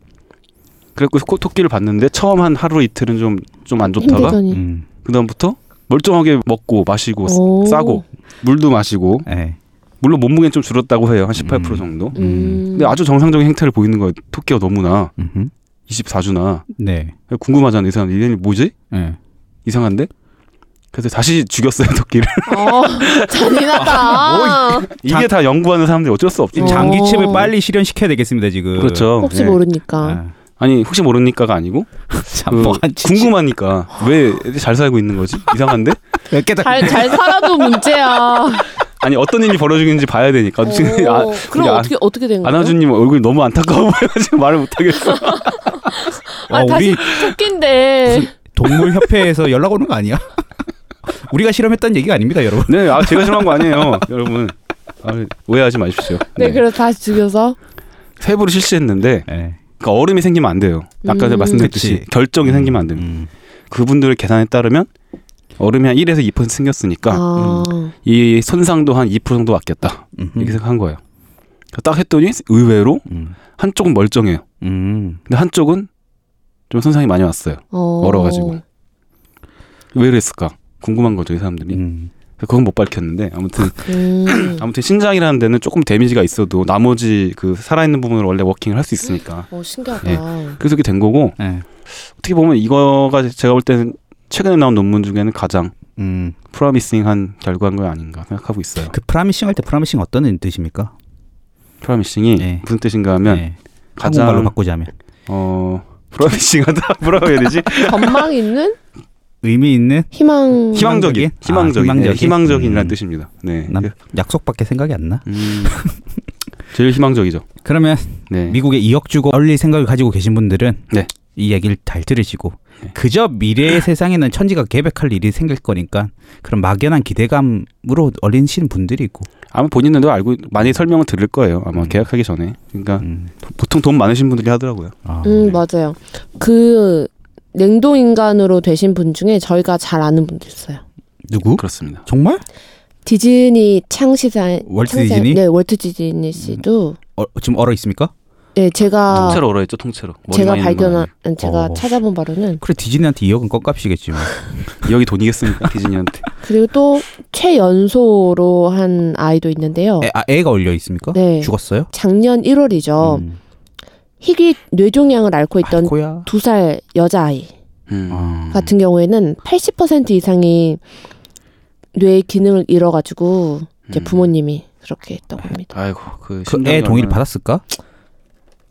Speaker 4: 그래갖고 코- 토끼를 봤는데 처음 한 하루 이틀은 좀 좀 안 좋다가
Speaker 2: 힘들더니.
Speaker 3: 음.
Speaker 4: 그다음부터 멀쩡하게 먹고 마시고 싸-
Speaker 2: 오.
Speaker 4: 싸고 물도 마시고
Speaker 3: 예.
Speaker 4: 물론 몸무게는 좀 줄었다고 해요 한 18%
Speaker 3: 음.
Speaker 4: 정도
Speaker 2: 음.
Speaker 4: 근데 아주 정상적인 행태를 보이는 거예요 토끼가 너무나
Speaker 3: 음흠.
Speaker 4: 24주나
Speaker 3: 네.
Speaker 4: 궁금하잖아요 이 사람 얘네 뭐지
Speaker 3: 예.
Speaker 2: 어.
Speaker 4: 이상한데 그래서 다시 죽였어요 토끼를
Speaker 2: 어, 잔인하다.
Speaker 4: 이게
Speaker 3: 장-
Speaker 4: 다 연구하는 사람들이 어쩔 수
Speaker 3: 이
Speaker 4: 없죠
Speaker 2: 어.
Speaker 3: 장기칩을 어. 빨리 실현시켜야 되겠습니다 지금.
Speaker 4: 그렇죠
Speaker 2: 혹시
Speaker 4: 예.
Speaker 2: 모르니까.
Speaker 3: 아,
Speaker 4: 아니 혹시 모르니까가 아니고
Speaker 3: 참,
Speaker 4: 그
Speaker 3: 뭐, 한 궁금.
Speaker 4: 궁금하니까 왜 잘 살고 있는 거지 이상한데
Speaker 3: 깨닫.
Speaker 2: 잘, 잘 살아도 문제야.
Speaker 4: 아니 어떤 일이 벌어지는지 봐야 되니까 지금 아,
Speaker 2: 오,
Speaker 4: 우리
Speaker 2: 그럼
Speaker 4: 아-
Speaker 2: 어떻게 어떻게 된 거예요?
Speaker 4: 안아주님 얼굴이 너무 안타까워 보여가지고 말을 못하겠어.
Speaker 2: 아,
Speaker 3: 와,
Speaker 2: 다시
Speaker 3: 어,
Speaker 2: 네.
Speaker 3: 우리
Speaker 2: 토끼인데.
Speaker 3: 무슨 동물 협회에서 연락 오는 거 아니야? 우리가 실험했다는 얘기가 아닙니다, 여러분.
Speaker 4: 네, 아 제가 싫어한 거 아니에요, 여러분. 아, 오해하지 마십시오.
Speaker 2: 네, 그래서 다시 죽여서.
Speaker 4: 세부를 실시했는데
Speaker 3: 예.
Speaker 4: 그러니까 얼음이 생기면 안 돼요. 아까
Speaker 2: 음.
Speaker 4: 제가 말씀드렸듯이
Speaker 3: 그치.
Speaker 4: 결정이 생기면 안 됩니다.
Speaker 3: 음.
Speaker 4: 그분들의 계산에 따르면 얼음이 한 1에서 2% 생겼으니까
Speaker 2: 아,
Speaker 4: 이 손상도 한 2% 정도 아꼈다
Speaker 3: 음흠.
Speaker 4: 이렇게 생각한 거예요. 그러니까 딱 했더니 의외로
Speaker 3: 음.
Speaker 4: 한쪽은 멀쩡해요.
Speaker 3: 음.
Speaker 4: 근데 한쪽은 좀 손상이 많이 왔어요.
Speaker 2: 어.
Speaker 4: 멀어가지고. 왜 그랬을까? 궁금한 거죠, 이 사람들이.
Speaker 3: 음.
Speaker 4: 그건 못 밝혔는데 아무튼
Speaker 2: 음.
Speaker 4: 아무튼 신장이라는 데는 조금 데미지가 있어도 나머지 그 살아있는 부분을 원래 워킹을 할 수 있으니까
Speaker 2: 어, 신기하다.
Speaker 4: 그래서 이렇게 된 거고
Speaker 3: 네.
Speaker 4: 어떻게 보면 이거가 제가 볼 때는 최근에 나온 논문 중에는 가장
Speaker 3: 음.
Speaker 4: 프라미싱한 결과인 거 아닌가 생각하고 있어요.
Speaker 3: 그 프라미싱 할 때 프라미싱 어떤 뜻입니까?
Speaker 4: 프라미싱이
Speaker 3: 네.
Speaker 4: 무슨 뜻인가 하면
Speaker 3: 네.
Speaker 4: 가장
Speaker 3: 한국말로 바꾸자면
Speaker 4: 어 프라미싱하다 뭐라고 해야 되지?
Speaker 2: 건망 있는
Speaker 3: 의미 있는
Speaker 2: 희망.
Speaker 4: 희망적인,
Speaker 3: 아,
Speaker 4: 희망적인,
Speaker 3: 희망적인.
Speaker 4: 네, 희망적인이라는
Speaker 3: 음.
Speaker 4: 뜻입니다. 네,
Speaker 3: 난 약속밖에 생각이 안 나.
Speaker 4: 음, 제일 희망적이죠.
Speaker 3: 그러면
Speaker 4: 네,
Speaker 3: 미국에 2억 주고 얼릴 생각을 가지고 계신 분들은
Speaker 4: 네.
Speaker 3: 이 얘기를 잘 들으시고
Speaker 4: 네.
Speaker 3: 그저 미래의 세상에는 천지가 개백할 일이 생길 거니까 그런 막연한 기대감으로 얼리시는 분들이 있고
Speaker 4: 아마 본인들도 알고 많이 설명을 들을 거예요. 아마
Speaker 3: 음.
Speaker 4: 계약하기 전에. 그러니까
Speaker 3: 음.
Speaker 4: 보통 돈 많으신 분들이 하더라고요.
Speaker 3: 아,
Speaker 2: 음, 맞아요. 그 냉동 인간으로 되신 분 중에 저희가 잘 아는 분도 있어요.
Speaker 3: 누구?
Speaker 4: 그렇습니다.
Speaker 3: 정말?
Speaker 2: 디즈니 창시자
Speaker 3: 월트
Speaker 2: 창시자-
Speaker 3: 디즈니?
Speaker 2: 네, 월트 디즈니 씨도
Speaker 3: 어, 지금 얼어 있습니까?
Speaker 2: 네, 제가
Speaker 4: 통째로 얼어있죠, 통째로. 머리
Speaker 2: 제가
Speaker 4: 많이 있는 건
Speaker 2: 발견한 제가
Speaker 3: 어.
Speaker 2: 찾아본 바로는
Speaker 3: 그래 디즈니한테 2억은 껌값이겠지 뭐.
Speaker 4: 아니에요. 여기 돈이겠습니까 디즈니한테?
Speaker 2: 그리고 또 최연소로 한 아이도 있는데요.
Speaker 3: 애, 아, 애가 얼려 있습니까?
Speaker 2: 어. 네. 어.
Speaker 3: 죽었어요?
Speaker 2: 작년 1월이죠.
Speaker 3: 음.
Speaker 2: 희귀 뇌종양을 앓고 있던
Speaker 3: 아이코야. 그
Speaker 2: 두 살 여자아이
Speaker 4: 음.
Speaker 3: 아.
Speaker 2: 같은 경우에는 80% 이상이 뇌의 기능을 잃어가지고 이제
Speaker 4: 음.
Speaker 2: 부모님이 그렇게 했다고 합니다.
Speaker 4: 아이고 그.
Speaker 3: 그애 동의를 받았을까?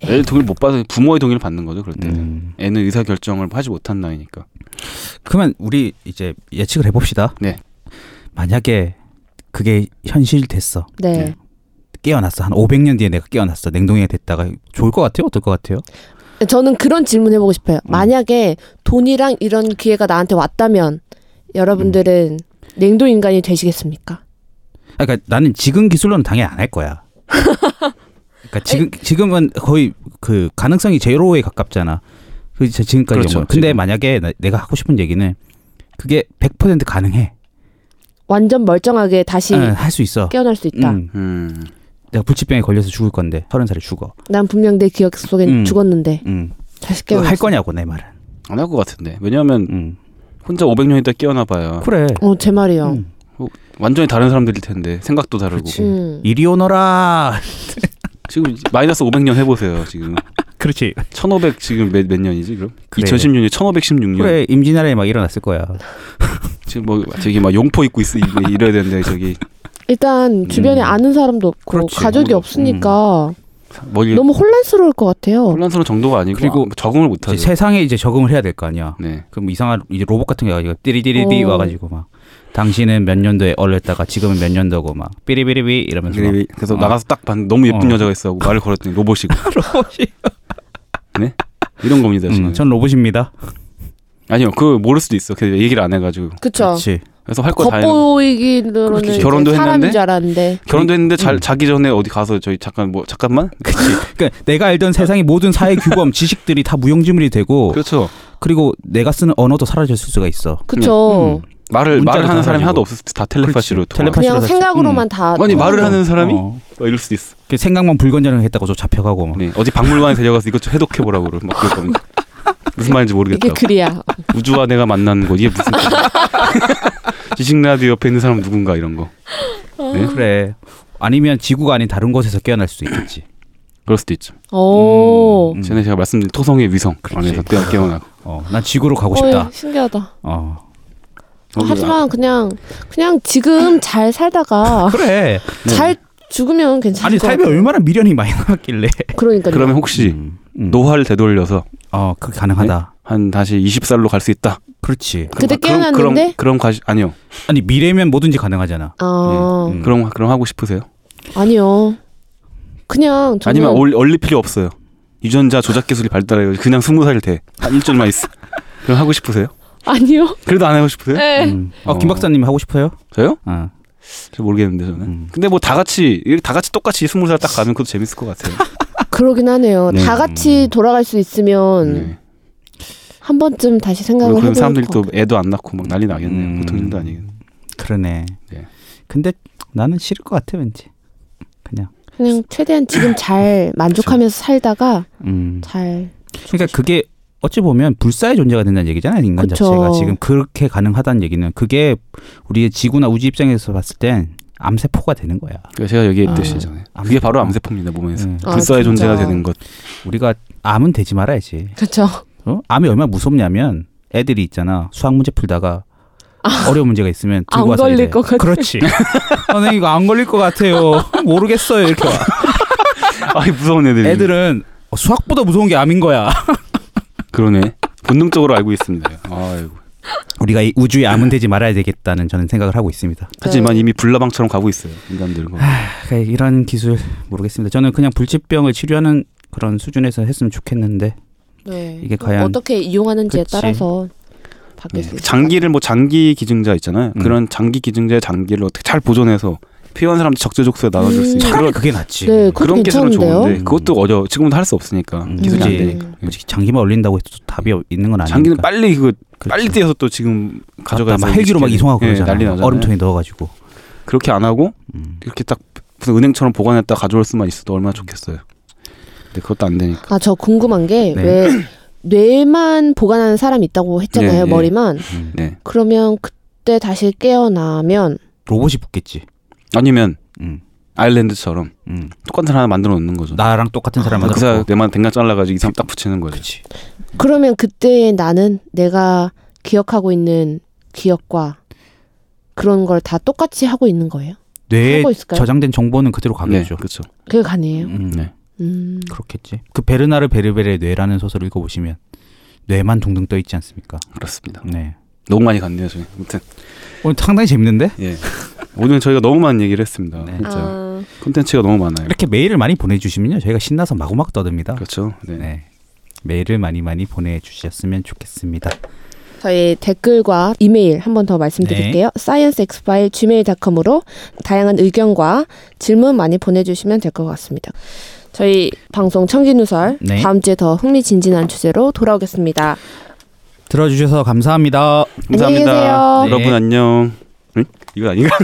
Speaker 4: 애 동의를 못 받아 부모의 동의를 받는 거죠 그럴 때는.
Speaker 3: 음.
Speaker 4: 애는 의사 결정을 하지 못한 나이니까.
Speaker 3: 그러면 우리 이제 예측을 해봅시다.
Speaker 4: 네.
Speaker 3: 만약에 그게 현실 됐어.
Speaker 2: 네.
Speaker 4: 네.
Speaker 3: 깨어났어. 한 500년 뒤에 내가 깨어났어. 냉동에 됐다가 좋을 것 같아요? 어떨 것 같아요?
Speaker 4: 예.
Speaker 2: 저는 그런 질문 해보고 싶어요.
Speaker 4: 음.
Speaker 2: 만약에 돈이랑 이런 기회가 나한테 왔다면 여러분들은
Speaker 4: 음.
Speaker 2: 냉동 인간이 되시겠습니까?
Speaker 3: 아, 그러니까 나는 지금 기술로는 당연히 안 할 거야. 그러니까 지금 지금은 거의 그 가능성이 제로에 가깝잖아. 그 제- 지금까지
Speaker 4: 그렇죠,
Speaker 3: 연구한. 근데
Speaker 4: 지금.
Speaker 3: 만약에 나- 내가 하고 싶은 얘기는 그게 100% 가능해.
Speaker 2: 완전 멀쩡하게 다시
Speaker 3: 할 수 있어.
Speaker 2: 깨어날 수 있다.
Speaker 3: 음,
Speaker 4: 음.
Speaker 3: 내가 불치병에 걸려서 죽을 건데 서른 살에 죽어.
Speaker 2: 난 분명 내 기억 속엔
Speaker 3: 음.
Speaker 2: 죽었는데
Speaker 3: 음.
Speaker 2: 다시
Speaker 3: 그거
Speaker 2: 깨어날
Speaker 3: 할
Speaker 2: 수-
Speaker 3: 거냐고 내 말은.
Speaker 4: 안 할 것 같은데. 왜냐하면
Speaker 3: 음.
Speaker 4: 혼자 500년 있다 깨어나 봐야
Speaker 3: 그래.
Speaker 2: 어, 제 말이요. 음.
Speaker 3: 음.
Speaker 4: 완전히 다른 사람들일 텐데 생각도 다르고.
Speaker 3: 그렇지.
Speaker 2: 음.
Speaker 3: 이리 오너라.
Speaker 4: 지금 마이너스 500년 해보세요 지금.
Speaker 3: 그렇지.
Speaker 4: 1500 지금 몇, 몇 년이지 그럼?
Speaker 3: 그래.
Speaker 4: 2016년 1516년.
Speaker 3: 그래 임진왜란이 막 일어났을 거야.
Speaker 4: 지금 뭐 저기 막 용포 입고 있어 이- 이래야 되는데 저기
Speaker 2: 일단 주변에
Speaker 4: 음.
Speaker 2: 아는 사람도 없고
Speaker 3: 그렇지.
Speaker 2: 가족이
Speaker 4: 아무도
Speaker 2: 없으니까
Speaker 4: 머리
Speaker 2: 너무 혼란스러울 것 같아요.
Speaker 4: 음. 혼란스러운 정도가 아니고
Speaker 3: 그리고
Speaker 4: 아, 적응을
Speaker 3: 이제
Speaker 4: 못하죠.
Speaker 3: 세상에 이제 적응을 해야 될 거 아니야.
Speaker 4: 네.
Speaker 3: 그럼 이상한 이제 로봇 같은 게 와가지고 띠리디리디
Speaker 2: 어.
Speaker 3: 와가지고 막 당신은 몇 년도에 얼렸다가 지금은 몇 년도고 막 삐리비리비 이러면서 막
Speaker 4: 그래서
Speaker 3: 어.
Speaker 4: 나가서 딱 봤는데 너무 예쁜
Speaker 3: 어.
Speaker 4: 여자가 있어 하고 말을 걸었더니 로봇이고 네?
Speaker 3: 로봇이
Speaker 4: 이런 겁니다 지금.
Speaker 3: 음, 전 로봇입니다.
Speaker 4: 아니요 그 모를 수도 있어. 그 얘기를 안 해가지고
Speaker 2: 그쵸.
Speaker 3: 그렇지.
Speaker 4: 그래서 할 거 다 했는데
Speaker 2: 겉보이기로는
Speaker 4: 그렇지.
Speaker 2: 이제
Speaker 4: 결혼도
Speaker 2: 사람인
Speaker 4: 했는데?
Speaker 2: 줄 알았는데
Speaker 4: 결혼도 했는데 잘
Speaker 3: 음.
Speaker 4: 자기 전에 어디 가서 저희 잠깐 뭐 잠깐만
Speaker 3: 그러니까 내가 알던 세상의 모든 사회 규범 지식들이 다 무용지물이 되고
Speaker 4: 그렇죠
Speaker 3: 그리고 내가 쓰는 언어도 사라졌을 수가 있어.
Speaker 2: 그쵸.
Speaker 3: 음.
Speaker 4: 말을
Speaker 3: 문자로
Speaker 4: 말을
Speaker 3: 다
Speaker 4: 하는 사람이
Speaker 3: 가지고.
Speaker 4: 하나도 없을 때 다 텔레파시로
Speaker 3: 그렇지.
Speaker 4: 통화
Speaker 3: 텔레파시로
Speaker 2: 그냥
Speaker 3: 사실-
Speaker 2: 생각으로만 다
Speaker 4: 아니 말을 하는 사람이
Speaker 3: 어.
Speaker 4: 뭐 이럴 수도 있어.
Speaker 3: 그 생각만 불건전하게 했다고 좀 잡혀가고 막.
Speaker 4: 네, 어디 박물관에 데려가서 이것 좀 해독해 보라고 그러 막 그럴 겁니다. 무슨 말인지
Speaker 2: 이게
Speaker 4: 모르겠다고.
Speaker 2: 글이야.
Speaker 4: 음.
Speaker 3: 그
Speaker 4: 우주와 내가 만난 곳 이게 무슨 뜻이야. 지식 라디오 옆에 있는 사람 누군가 이런 거. 네?
Speaker 3: 그래. 아니면 지구가 아닌 다른 곳에서 깨어날 수도 있겠지.
Speaker 4: 그럴 수도 있죠.
Speaker 2: 오.
Speaker 3: 음.
Speaker 4: 전에 제가 말씀드린 토성의 위성 안에서 깨어 깨어나고.
Speaker 3: 어, 난 지구로 가고 싶다.
Speaker 2: 어이, 신기하다.
Speaker 3: 어.
Speaker 2: 아, 하지만 그냥 그냥 지금 잘 살다가
Speaker 3: 그래.
Speaker 2: 잘 죽으면 괜찮을
Speaker 3: 아니
Speaker 2: 것
Speaker 3: 삶에
Speaker 2: 같아요.
Speaker 3: 얼마나 미련이 많이 남았길래.
Speaker 2: 그러니까
Speaker 4: 그러면 혹시
Speaker 3: 음, 음.
Speaker 4: 노화를 되돌려서
Speaker 3: 어, 그게 가능하다.
Speaker 4: 한 다시 20살로 갈 수 있다.
Speaker 3: 그렇지.
Speaker 4: 그럼-
Speaker 2: 그때
Speaker 4: 그럼- 그럼-
Speaker 2: 깨어났는데?
Speaker 4: 그럼 가시 아니요.
Speaker 3: 아니 미래면 뭐든지 가능하잖아.
Speaker 2: 아
Speaker 3: 음.
Speaker 4: 그럼 그럼 하고 싶으세요?
Speaker 2: 아니요. 그냥 저는
Speaker 4: 아니면 얼, 얼릴 필요 없어요. 유전자 조작 기술이 발달해요. 그냥 20살 돼. 한 1절만 있어. 그럼 하고 싶으세요?
Speaker 2: 아니요.
Speaker 4: 그래도 안 하고 싶으세요?
Speaker 2: 네.
Speaker 3: 음. 어,
Speaker 4: 어.
Speaker 3: 김 박사님 하고 싶어요?
Speaker 4: 저요?
Speaker 3: 어.
Speaker 4: 잘 모르겠는데 저는.
Speaker 3: 음.
Speaker 4: 근데 뭐 다 같이 이렇게 다 같이 똑같이 스무 살 딱 가면 그것도 재밌을 것 같아요.
Speaker 2: 그러긴 하네요.
Speaker 4: 네.
Speaker 2: 다 같이 돌아갈 수 있으면
Speaker 4: 네.
Speaker 2: 한 번쯤 다시 생각을
Speaker 4: 그럼
Speaker 2: 해볼
Speaker 4: 사람들이
Speaker 2: 것
Speaker 4: 또
Speaker 2: 같아요.
Speaker 4: 애도 안 낳고 막 난리 나겠네요.
Speaker 3: 음.
Speaker 4: 보통 일도 아니겠네.
Speaker 3: 그러네.
Speaker 4: 네.
Speaker 3: 근데 나는 싫을 것 같아 왠지. 그냥.
Speaker 2: 그냥 최대한 지금 잘 만족하면서 살다가
Speaker 3: 음.
Speaker 2: 잘
Speaker 3: 그러니까 그게 어찌 보면 불사의 존재가 된다는 얘기잖아요 인간
Speaker 2: 그쵸.
Speaker 3: 자체가 지금 그렇게 가능하다는 얘기는 그게 우리의 지구나 우주 입장에서 봤을 땐 암세포가 되는 거야.
Speaker 4: 그러니까 제가
Speaker 2: 아.
Speaker 4: 여기했듯이 전에 그게 바로 암세포입니다 몸에서
Speaker 3: 예.
Speaker 2: 아,
Speaker 4: 불사의
Speaker 2: 진짜.
Speaker 4: 존재가 되는 것
Speaker 3: 우리가 암은 되지 말아야지.
Speaker 2: 그렇죠.
Speaker 3: 어? 암이 얼마나 무섭냐면 애들이 있잖아 수학 문제 풀다가 어려운 문제가 있으면
Speaker 2: 아, 안
Speaker 3: 들고 와서
Speaker 2: 걸릴
Speaker 3: 이래.
Speaker 2: 것 같아.
Speaker 3: 그렇지. 선생님 이거 안 걸릴 것 같아요. 모르겠어요 이렇게. 와.
Speaker 4: 아이 무서운 애들이
Speaker 3: 애들은 어, 수학보다 무서운 게 암인 거야.
Speaker 4: 그러네 본능적으로 알고 있습니다 아이고.
Speaker 3: 우리가 이 우주의 암은 되지 말아야 되겠다는 저는 생각을 하고 있습니다.
Speaker 4: 하지만
Speaker 2: 네.
Speaker 4: 이미 불나방처럼 가고 있어요 인간들은
Speaker 3: 그러니까 이런 기술 모르겠습니다. 저는 그냥 불치병을 치료하는 그런 수준에서 했으면 좋겠는데
Speaker 2: 네.
Speaker 3: 이게
Speaker 2: 또
Speaker 3: 과연-
Speaker 2: 어떻게 이용하는지에
Speaker 3: 그치.
Speaker 2: 따라서 바뀔 수
Speaker 4: 네.
Speaker 2: 있어요.
Speaker 4: 장기를 뭐 장기 기증자 있잖아요
Speaker 3: 음.
Speaker 4: 그런 장기 기증자의 장기를 어떻게 잘 보존해서 필요한 사람들 적재적소에 나눠줄 수
Speaker 2: 음.
Speaker 4: 있는
Speaker 3: 차라리
Speaker 4: 그런
Speaker 3: 그게 낫지.
Speaker 2: 네, 그것도
Speaker 4: 그런 기술은
Speaker 2: 괜찮은데요.
Speaker 4: 좋은데 그것도 어려 지금은 할 수 없으니까
Speaker 3: 음,
Speaker 4: 기술이 안
Speaker 3: 그치.
Speaker 2: 네.
Speaker 4: 되니까
Speaker 3: 뭐지, 장기만 올린다고 해서 답이 있는 건 아니니까.
Speaker 4: 장기는 빨리 그
Speaker 3: 그렇죠.
Speaker 4: 빨리 뛰어서 또 지금 가져가서
Speaker 3: 갖다 막 헬기로 막
Speaker 4: 이렇게,
Speaker 3: 이송하고
Speaker 4: 예,
Speaker 3: 그러잖아.
Speaker 4: 난리 나잖아요.
Speaker 3: 얼음통에 넣어가지고.
Speaker 4: 그렇게 안 하고
Speaker 3: 음.
Speaker 4: 이렇게 딱 무슨 은행처럼 보관했다 가져올 수만 있어도 얼마나 좋겠어요. 근데 그것도 안 되니까.
Speaker 2: 아, 저 궁금한 게 왜
Speaker 3: 네.
Speaker 2: 뇌만 보관하는 사람이 있다고 했잖아요,
Speaker 4: 예, 예.
Speaker 2: 머리만.
Speaker 3: 음.
Speaker 4: 네.
Speaker 2: 그러면 그때 다시 깨어나면
Speaker 3: 로봇이 붙겠지.
Speaker 4: 아니면
Speaker 3: 음.
Speaker 4: 아일랜드처럼
Speaker 3: 음.
Speaker 4: 똑같은 하나 만들어 놓는 거죠.
Speaker 3: 나랑 똑같은 사람만
Speaker 4: 그 사람 내만 댕간 잘라가지고 이 사람 딱 붙이는 거죠.
Speaker 3: 그렇지.
Speaker 2: 그러면 그때의 나는 내가 기억하고 있는 기억과 그런 걸 다 똑같이 하고 있는 거예요?
Speaker 3: 뇌에
Speaker 2: 하고 있을까요?
Speaker 3: 저장된 정보는 그대로 가겠죠.
Speaker 4: 네, 그렇죠.
Speaker 2: 그게 가능해요.
Speaker 3: 음,
Speaker 4: 네.
Speaker 2: 음.
Speaker 3: 그렇겠지. 그 베르나르 베르베르의 뇌라는 소설을 읽어보시면 뇌만 둥둥 떠 있지 않습니까?
Speaker 4: 아. 그렇습니다.
Speaker 3: 네.
Speaker 4: 너무 많이 갔네요, 저희. 아무튼
Speaker 3: 오늘 상당히 재밌는데
Speaker 4: 예. 오늘 저희가 너무 많은 얘기를 했습니다.
Speaker 3: 네.
Speaker 4: 진짜
Speaker 2: 아,
Speaker 4: 콘텐츠가 너무 많아요.
Speaker 3: 이렇게 메일을 많이 보내주시면요 저희가 신나서 마구마구 떠듭니다.
Speaker 4: 그렇죠. 네.
Speaker 3: 네. 메일을 많이 많이 보내주셨으면 좋겠습니다.
Speaker 2: 저희 댓글과 이메일 한 번 더 말씀드릴게요. scienceexfile gmail.com으로 다양한 의견과 질문 많이 보내주시면 될 것 같습니다. 저희 방송 청진누설
Speaker 3: 네.
Speaker 2: 다음 주에 더 흥미진진한 주제로 돌아오겠습니다.
Speaker 3: 들어주셔서 감사합니다.
Speaker 2: 안녕히
Speaker 4: 감사합니다.
Speaker 2: 계세요.
Speaker 3: 네.
Speaker 4: 여러분 안녕. 응? 이거 아닌가?